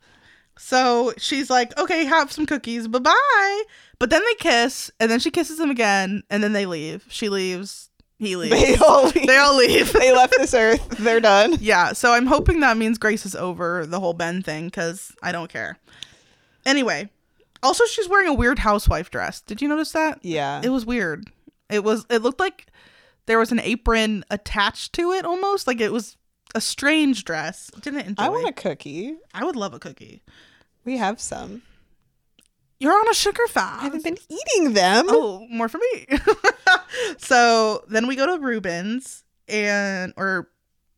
B: So she's like, "Okay, have some cookies. Bye bye." But then they kiss, and then she kisses him again, and then they leave. She leaves.
A: [LAUGHS]
B: He leaves. [LAUGHS]
A: They all
B: they all
A: [LAUGHS]
B: leave. [LAUGHS]
A: they left this earth. They're done.
B: Yeah, so I'm hoping that means Grace is over the whole Ben thing because I don't care. Anyway, also she's wearing a weird housewife dress. Did you notice that?
A: Yeah.
B: It was weird. It was. It looked like there was an apron attached to it almost. Like it was a strange dress. Didn't enjoy.
A: I want a cookie.
B: I would love a cookie.
A: We have some.
B: You're on a sugar
A: I
B: fast.
A: haven't been eating them.
B: Oh, more for me. [LAUGHS] so then we go to Ruben's and or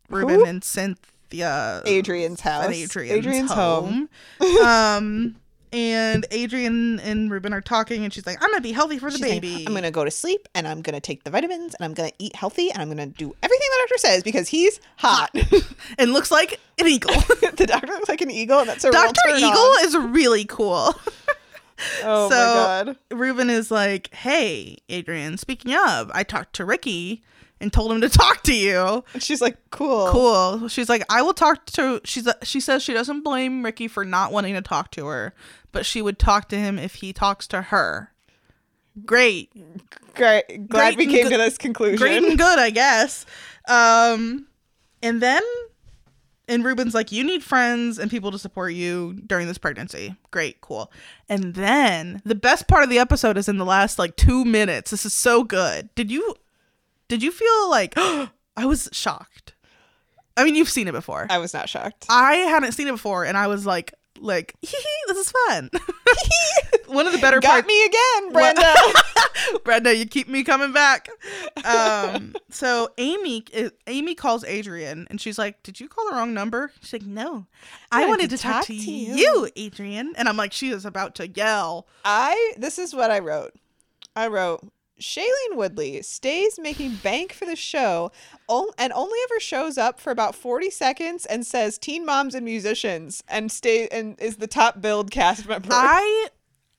B: Ruben
A: Who?
B: and Cynthia.
A: Adrian's house.
B: at Adrian's,
A: Adrian's
B: home.
A: home. [LAUGHS]
B: [LAUGHS] um, and Adrian and Ruben are talking, and she's like, "I'm gonna be healthy for the
A: She's like,
B: baby."
A: I'm gonna go to sleep and I'm gonna take the vitamins and I'm gonna eat healthy and I'm gonna do everything the doctor says because he's hot.
B: and looks like an eagle.
A: [LAUGHS]
B: [LAUGHS]
A: the doctor looks like an eagle and that's a real
B: Doctor
A: turn
B: Eagle
A: on.
B: is really cool.
A: [LAUGHS] Oh
B: so-
A: my god.
B: Ruben is like, "Hey, Adrian. Speaking of, I talked to Ricky." And told him to [LAUGHS] talk to you.
A: And she's like, cool.
B: Cool. She's like, I will talk to. She's she says she doesn't blame Ricky for not wanting to talk to her, but she would talk to him if he talks to her. Great.
A: Great. Glad
B: Great
A: we
B: and
A: came
B: good-
A: to this conclusion.
B: great and good, I guess. Um, and then, and Ruben's like, you need friends and people to support you during this pregnancy. Great, cool. And then the best part of the episode is in the last like two minutes. This is so good. Did you, did you feel like [GASPS] I was shocked? I mean, you've seen it before.
A: I was not shocked.
B: I hadn't seen it before, and I was like, like, [LAUGHS] hee hee, this is
A: [LAUGHS]
B: fun. [LAUGHS] One of the better
A: Got
B: parts.
A: me again, Brenda.
B: Brenda, you keep me coming back. Um, [LAUGHS] so Amy, eh, Amy calls Adrian, and she's like, "Did you call the wrong number?" She's like, "No, I, wanted to, talk, to, you. Adrian." And I'm like, "She is about to yell."
A: I this is what I wrote. I wrote Shailene Woodley stays making bank for the show on- and only ever shows up for about 40 seconds and says teen moms and musicians and stay and is the top billed cast member.
B: I,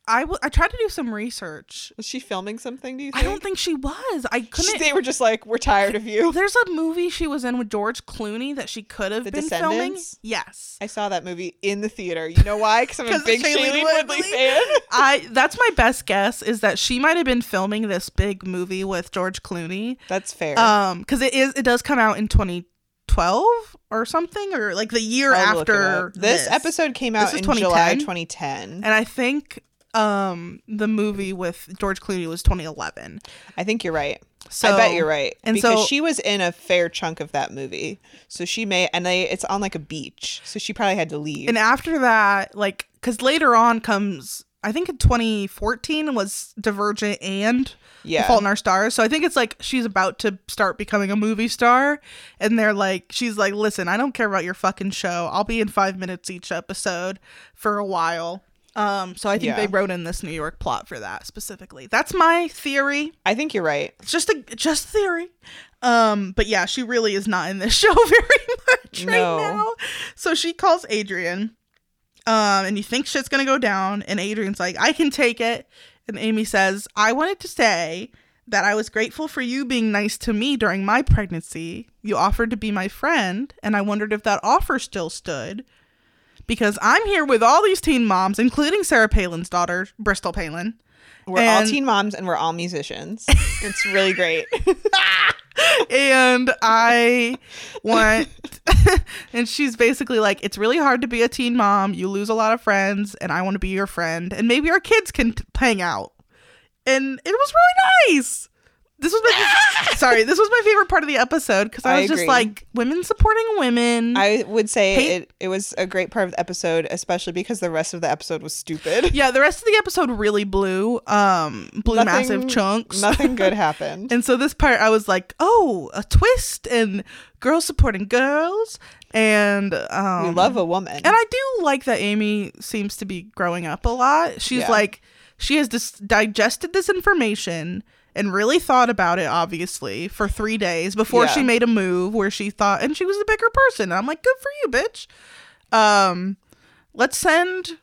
B: I, w- I tried to do some research.
A: was she filming something, do you
B: I
A: think?
B: don't think she was. I
A: She-
B: couldn't.
A: they were just like, we're tired of you.
B: There's a movie she was in with George Clooney that she could have
A: The
B: been filming.
A: Descendants?
B: Yes.
A: I saw that movie in the theater. You know why? Because I'm a
B: [LAUGHS] 'Cause of
A: big
B: Shailene
A: Shailene, Woodley,
B: Woodley.
A: fan.
B: I that's my best guess is that she might have been filming this big movie with George Clooney
A: That's fair.
B: um because it is it does come out in 2012 or something or like the year
A: I'll look it
B: after
A: up. this, episode came out
B: This is
A: in July
B: 2010?
A: 2010.
B: and i think um the movie with george clooney was 2011
A: I think you're right.
B: so
A: I bet you're right.
B: and
A: because
B: so-
A: she was in a fair chunk of that movie. So she may and they it's on like a beach. So she probably had to leave.
B: and after that like because later on comes i think in 2014 was divergent and The
A: yeah.
B: Fault in Our Stars. So I think it's like she's about to start becoming a movie star, and they're like, she's like, listen, I don't care about your fucking show. I'll be in five minutes each episode for a while. Um, so I think
A: Yeah.
B: they wrote in this New York plot for that specifically. That's my theory.
A: I think you're right.
B: It's just a just theory. Um, but yeah, she really is not in this [LAUGHS] show very much right
A: No.
B: now. So she calls Adrian. Um, and you think shit's gonna go down, and Adrian's like, I can take it. And Amy says, I wanted to say that I was grateful for you being nice to me during my pregnancy. You offered to be my friend, and I wondered if that offer still stood. Because I'm here with all these teen moms, including Sarah Palin's daughter, Bristol Palin.
A: We're all
B: And-
A: teen moms and we're all
B: [LAUGHS]
A: musicians. it's really great.
B: and I want, [LAUGHS] and she's basically like, it's really hard to be a teen mom. You lose a lot of friends, and I want to be your friend, and maybe our kids can t- hang out. And it was really nice. This was
A: [LAUGHS]
B: my sorry. This was my favorite part of the episode because I
A: I
B: was just
A: agree.
B: like women supporting women.
A: I would say
B: Hey-
A: it, it was a great part of the episode, especially because the rest of the episode was
B: [LAUGHS]
A: stupid.
B: yeah, the rest of the episode really blew, um, blew massive
A: Nothing-
B: chunks.
A: Nothing
B: [LAUGHS]
A: good happened.
B: And so this part, I was like, oh, a twist and girls supporting girls. And um,
A: we love a woman.
B: And I do like that Amy seems to be growing up a lot. She's
A: Yeah.
B: like, she has dis- digested this information and really thought about it, obviously, for three days before
A: Yeah.
B: she made a move where she thought, and she was a bigger person. And I'm like, good for you, bitch. Um, Let's send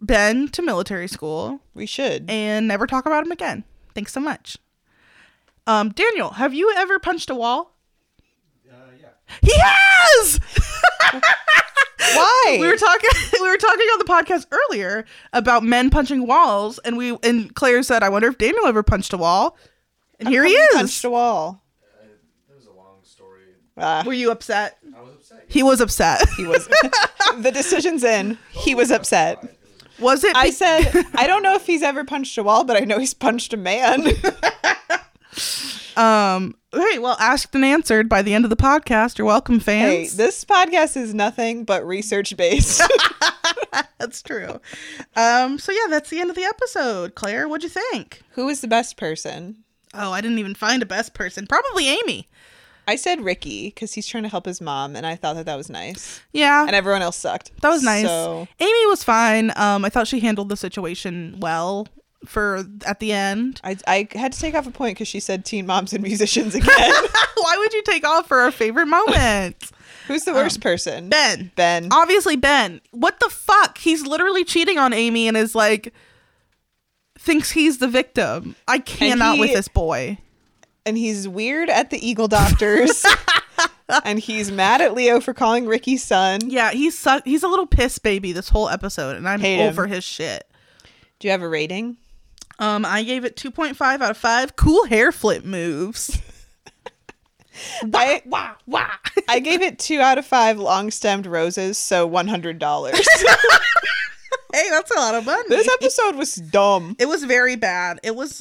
B: Ben to military school
A: We should.
B: and never talk about him again. Thanks so much. Um, Daniel, have you ever punched a wall? Uh, yeah. He has.
A: Why?
B: we were talking [LAUGHS] we were talking on the podcast earlier about men punching walls and we and Claire said I wonder if Daniel ever punched a wall. And here he
A: Someone
B: is.
A: Punched a wall.
C: That was a long story.
A: Ah,
B: Were you upset?
C: I was upset.
B: He was upset.
A: he was. [LAUGHS] the decision's in. He was upset.
B: [LAUGHS] was it
A: I
B: be-
A: said,
B: [LAUGHS]
A: I don't know if he's ever punched a wall, but I know he's punched a man. [LAUGHS]
B: um hey, well asked and answered by the end of the podcast. You're welcome
A: hey,
B: fans.
A: this podcast is nothing but research
B: [LAUGHS]
A: based.
B: that's true. Um so yeah, that's the end of the episode. Claire, what'd you think?
A: Who is the best person?
B: Oh, I didn't even find a best person. Probably Amy.
A: I said Ricky because he's trying to help his mom, and I thought that that was nice.
B: Yeah.
A: And everyone else sucked.
B: That was nice.
A: So
B: Amy was fine. Um, I thought she handled the situation well for at the end.
A: I, I had to take off a point because she said teen moms and musicians again.
B: [LAUGHS]
A: [LAUGHS]
B: Why would you take off for our favorite moment?
A: Who's the worst person?
B: Oh. ben.
A: [LAUGHS] Ben.
B: Obviously Ben. What the fuck? He's literally cheating on Amy and is like thinks he's the victim. I cannot with
A: he-
B: this boy.
A: and he's weird at the Eagle
B: [LAUGHS]
A: Doctors. and he's mad at Leo for calling Ricky son.
B: Yeah, he's suck he's a little piss baby this whole episode and I'm
A: Hate him.
B: over his shit.
A: Do you have a rating?
B: Um I gave it 2.5 out of 5 cool hair
A: [LAUGHS]
B: flip moves.
A: I,
B: Wah wah.
A: I gave it two out of five long stemmed roses, so one hundred
B: [LAUGHS]
A: dollars.
B: hey, that's a lot of money.
A: this episode was dumb.
B: It was very bad. It was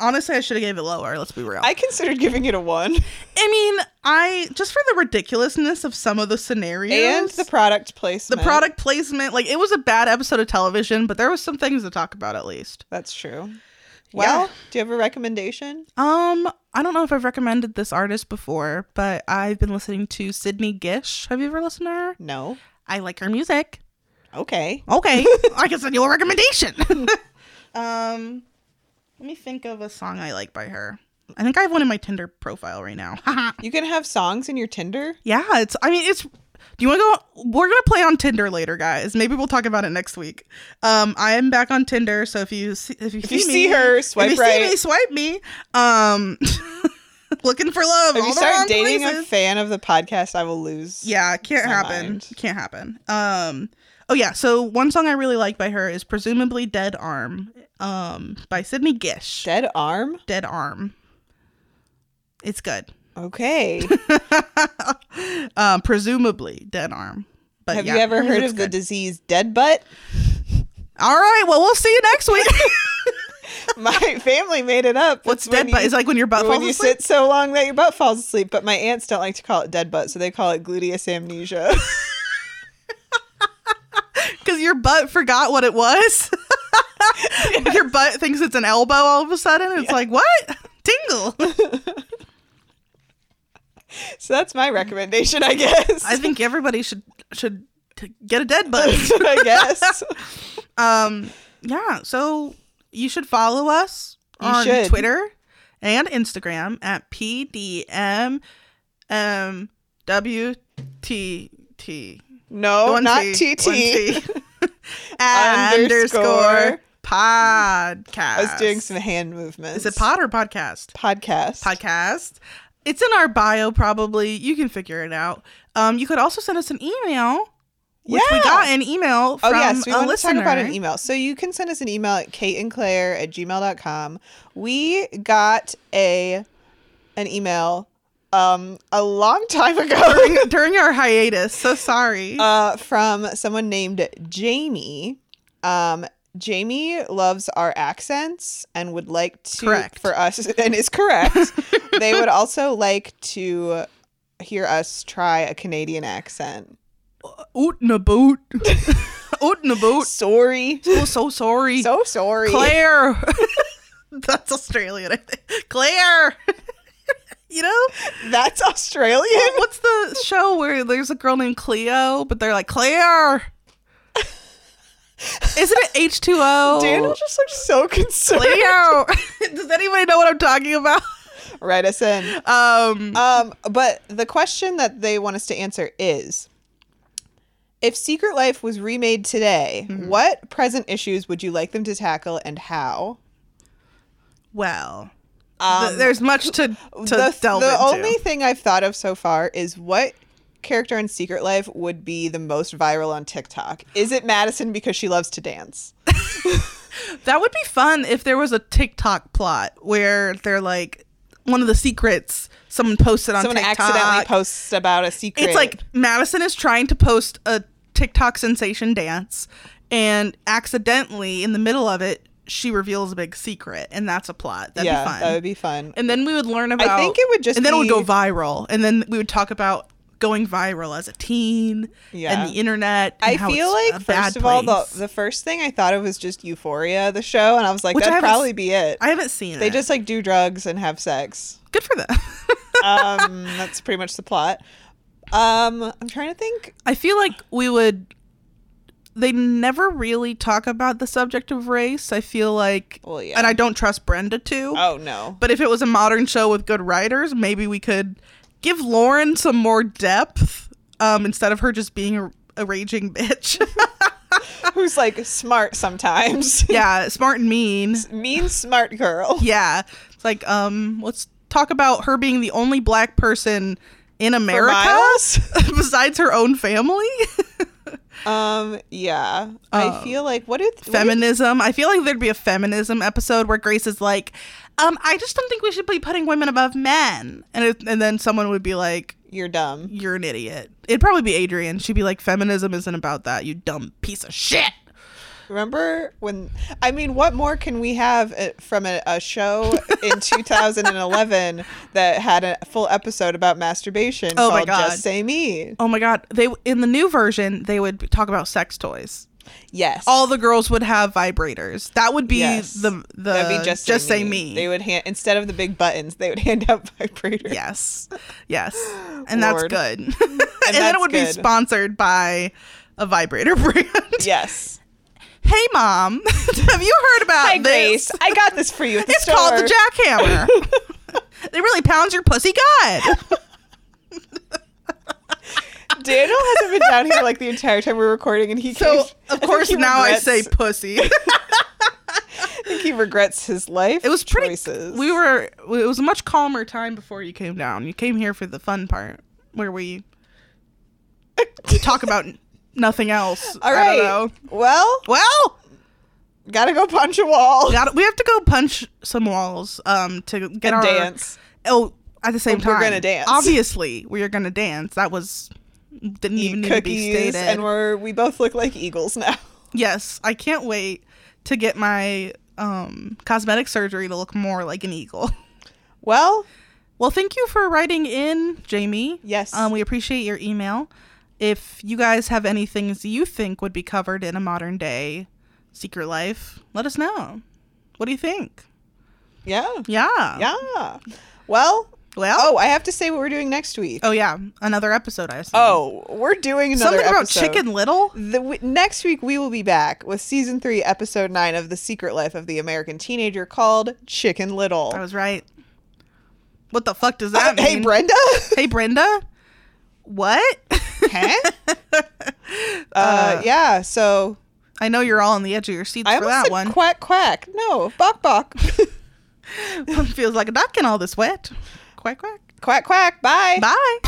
B: honestly, I should have gave it lower. Let's be real.
A: I
B: I,
A: considered giving it a one,
B: mean, I just for the ridiculousness of some of the
A: and
B: scenarios
A: the product
B: the
A: placement.
B: product placement, like it was a bad episode of television, but there was some things to talk about at least.
A: That's true. Well,
B: Yeah.
A: do you have a recommendation?
B: Um, I don't know if I've recommended this artist before, but I've been listening to Sydney Gish. Have you ever listened to her?
A: No.
B: I like her music.
A: Okay.
B: Okay, [LAUGHS] I can send you a [LAUGHS] recommendation. um, let me think of a song I like by her. I think I have one in my Tinder profile right now. [LAUGHS]
A: You can have songs in your Tinder.
B: Yeah, it's. I mean, it's. Do you want to go? We're gonna play on Tinder later, guys. Maybe we'll talk about it next week. Um, I am back on Tinder, so if you see, if you,
A: If
B: see,
A: you
B: me,
A: see her, swipe
B: if you
A: right.
B: see me, swipe me. Um, [LAUGHS] looking for love.
A: If
B: all
A: you
B: the
A: start
B: wrong
A: dating a
B: places.
A: fan of the podcast, I will lose.
B: yeah, can't
A: my
B: happen.
A: mind.
B: Can't happen. Um, oh yeah. So one song I really like by her is presumably "Dead Arm," um, by Sydney Gish.
A: Dead arm.
B: Dead Arm. It's good. [LAUGHS]
A: Okay.
B: um, presumably dead arm. But
A: have
B: yeah,
A: you ever heard
B: it's
A: of the
B: good.
A: disease dead butt? [LAUGHS]
B: All right. Well, we'll see you next week.
A: My family made it up.
B: What's
A: It's when
B: dead butt?
A: you-
B: It's like when your butt
A: when
B: falls
A: you
B: asleep.
A: sit so long that your butt falls asleep. But my aunts don't like to call it dead butt, so they call it gluteus amnesia.
B: because your butt forgot what it was. [LAUGHS] Your butt thinks it's an elbow all of a sudden. It's like what
A: [LAUGHS]
B: tingle.
A: [LAUGHS] so that's my recommendation, I guess.
B: I think everybody should should t- get a dead butt.
A: [LAUGHS] I guess.
B: Um, yeah. So you should follow us
A: You
B: on
A: should.
B: Twitter and Instagram at pdmwtt.
A: No,
B: [LAUGHS]
A: Oh,
B: One
A: not
B: T,
A: TT.
B: one
A: [LAUGHS]
B: T. underscore
A: Underscore.
B: podcast.
A: I was doing some hand movements.
B: Is it pod or podcast?
A: podcast?
B: Podcast. It's in our bio, probably. You can figure it out. Um, you could also send us an email. Which we
A: Yeah.
B: got an email
A: Oh
B: from
A: yes, we
B: a
A: want
B: listener.
A: to talk about an email. So you can send us an email at kateandclaire at gmail.com. We got a an email um a long time
B: [LAUGHS]
A: ago.
B: during, during our hiatus. So sorry.
A: [LAUGHS] uh, from someone named Jamie. Um, Jamie loves our accents and would like to
B: Correct.
A: for us [LAUGHS] and is correct. they would also like to hear us try a Canadian accent.
B: Out in a [LAUGHS] boat. Out in a boat.
A: Sorry,
B: Oh, so sorry.
A: so sorry.
B: Claire. [LAUGHS] That's Australian, I think. Claire. [LAUGHS] you know?
A: That's Australian.
B: What's the show where there's a girl named Cleo, but they're like, Claire. Isn't it H2O?
A: Daniel just looks so [LAUGHS] concerned.
B: Cleo. [LAUGHS] Does anybody know what I'm talking about?
A: Write us in.
B: Um,
A: Um, but the question that they want us to answer is If Secret Life was remade today,
B: Mm-hmm.
A: what present issues would you like them to tackle and how?
B: Well, th- there's much to, Um, to
A: the,
B: delve
A: the
B: into.
A: only thing I've thought of so far is what character in Secret Life would be the most viral on TikTok? Is it Madison because she loves to dance?
B: That would be fun if there was a TikTok plot where they're like one of the secrets someone posted on
A: Someone
B: TikTok.
A: accidentally posts about a secret.
B: it's like Madison is trying to post a TikTok sensation dance, and accidentally in the middle of it, she reveals a big secret, and that's a plot. That'd
A: yeah,
B: be fun.
A: that would be fun.
B: and then we would learn about.
A: think it would just
B: and then it
A: be-
B: would go viral, and then we would talk about going viral as a teen
A: Yeah.
B: and the internet. and
A: I
B: how
A: feel
B: it's
A: like
B: a bad
A: first of all, the,
B: place.
A: the first thing I thought of was just Euphoria, the show, and I was like,
B: Which I
A: that'd
B: haven't s-
A: probably be it.
B: I haven't seen
A: they
B: it.
A: just like do drugs and have sex.
B: good for them. [LAUGHS]
A: Um, [LAUGHS] that's pretty much the plot. Um, I'm trying to think.
B: I feel like we would. They never really talk about the subject of race. I feel like,
A: Well, yeah.
B: and I don't trust Brenda too.
A: Oh no.
B: But if it was a modern show with good writers, maybe we could give Lauren some more depth um, instead of her just being a, a raging bitch. [LAUGHS]
A: Who's like smart sometimes?
B: [LAUGHS] yeah, smart and mean.
A: [LAUGHS] mean smart
B: [LAUGHS]
A: girl.
B: Yeah, it's like um, let's talk about her being the only black person in America
A: Miles?
B: [LAUGHS] besides her own family.
A: Um, yeah.
B: Oh.
A: I feel like what did what did-
B: feminism. I feel like there'd be a feminism episode where Grace is like, um, I just don't think we should be putting women above men. And it, and then someone would be like,
A: you're dumb.
B: you're an idiot. It'd probably be Adrian. She'd be like, feminism isn't about that, you dumb piece of shit.
A: Remember when? I mean, what more can we have uh, from a, a show
B: [LAUGHS]
A: in 2011 that had a full episode about masturbation?
B: Oh my
A: called
B: God.
A: Just say me.
B: Oh my god. They in the new version, they would talk about sex toys.
A: Yes.
B: All the girls would have vibrators. That would be
A: Yes.
B: the the
A: That'd be
B: just,
A: just
B: say me.
A: They would [LAUGHS] hand instead of the big buttons, they would [LAUGHS] hand out vibrators.
B: Yes. Yes. And
A: Lord.
B: that's good. [LAUGHS] and then it
A: that's
B: would be
A: good.
B: sponsored by a vibrator [LAUGHS] brand.
A: Yes.
B: Hey, mom, [LAUGHS] have you heard about
A: Hi,
B: Uh,
A: Grace.
B: this?
A: I got this for you. At the
B: [LAUGHS] It's called the
A: store.
B: jackhammer.
A: [LAUGHS]
B: it really pounds your pussy good.
A: Daniel hasn't been down here like the entire time we're recording, and he
B: So,
A: keeps- I
B: of
A: think
B: course,
A: he
B: now I
A: regrets-
B: say pussy. it
A: I think he regrets his life.
B: was pretty.
A: choices. [LAUGHS]
B: We were. It was a much calmer time before you came down. You came here for the fun part, where we talk about
A: [LAUGHS]
B: nothing else.
A: All
B: I
A: right.
B: don't know.
A: Well,
B: Well,
A: gotta go punch a wall. [LAUGHS]
B: gotta- we have to go punch some walls um to get
A: And
B: our
A: dance.
B: Oh, at the same
A: We're
B: time,
A: gonna dance.
B: Obviously, we are gonna dance. That was didn't even need to be
A: Cookies,
B: stated.
A: and we're we both look like eagles now. [LAUGHS]
B: yes, I can't wait to get my um cosmetic surgery to look more like an eagle. [LAUGHS]
A: Well,
B: Well, thank you for writing in, Jamie.
A: Yes.
B: Um, we appreciate your email. If you guys have any things you think would be covered in a modern day secret life, let us know. What do you think?
A: yeah,
B: Yeah.
A: yeah. Well,
B: Well.
A: oh, I have to say what we're doing next week.
B: Oh yeah, another episode. I assume.
A: Oh, we're doing another
B: something about
A: episode.
B: Chicken Little.
A: The w- next week we will be back with season three, episode nine of The Secret Life of the American Teenager called Chicken Little. Uh,
B: I was right. What the fuck does Oh, that mean?
A: hey, Brenda.
B: Hey, Brenda. What? [LAUGHS]
A: Huh? [LAUGHS] uh, yeah. So
B: I know you're all on the edge of your seats
A: I
B: for
A: almost
B: that
A: said
B: one. [LAUGHS]
A: quack quack. No, bok bok.
B: Feels like a duck in all this wet. Quack quack.
A: [LAUGHS] [LAUGHS] quack quack. Bye.
B: Bye.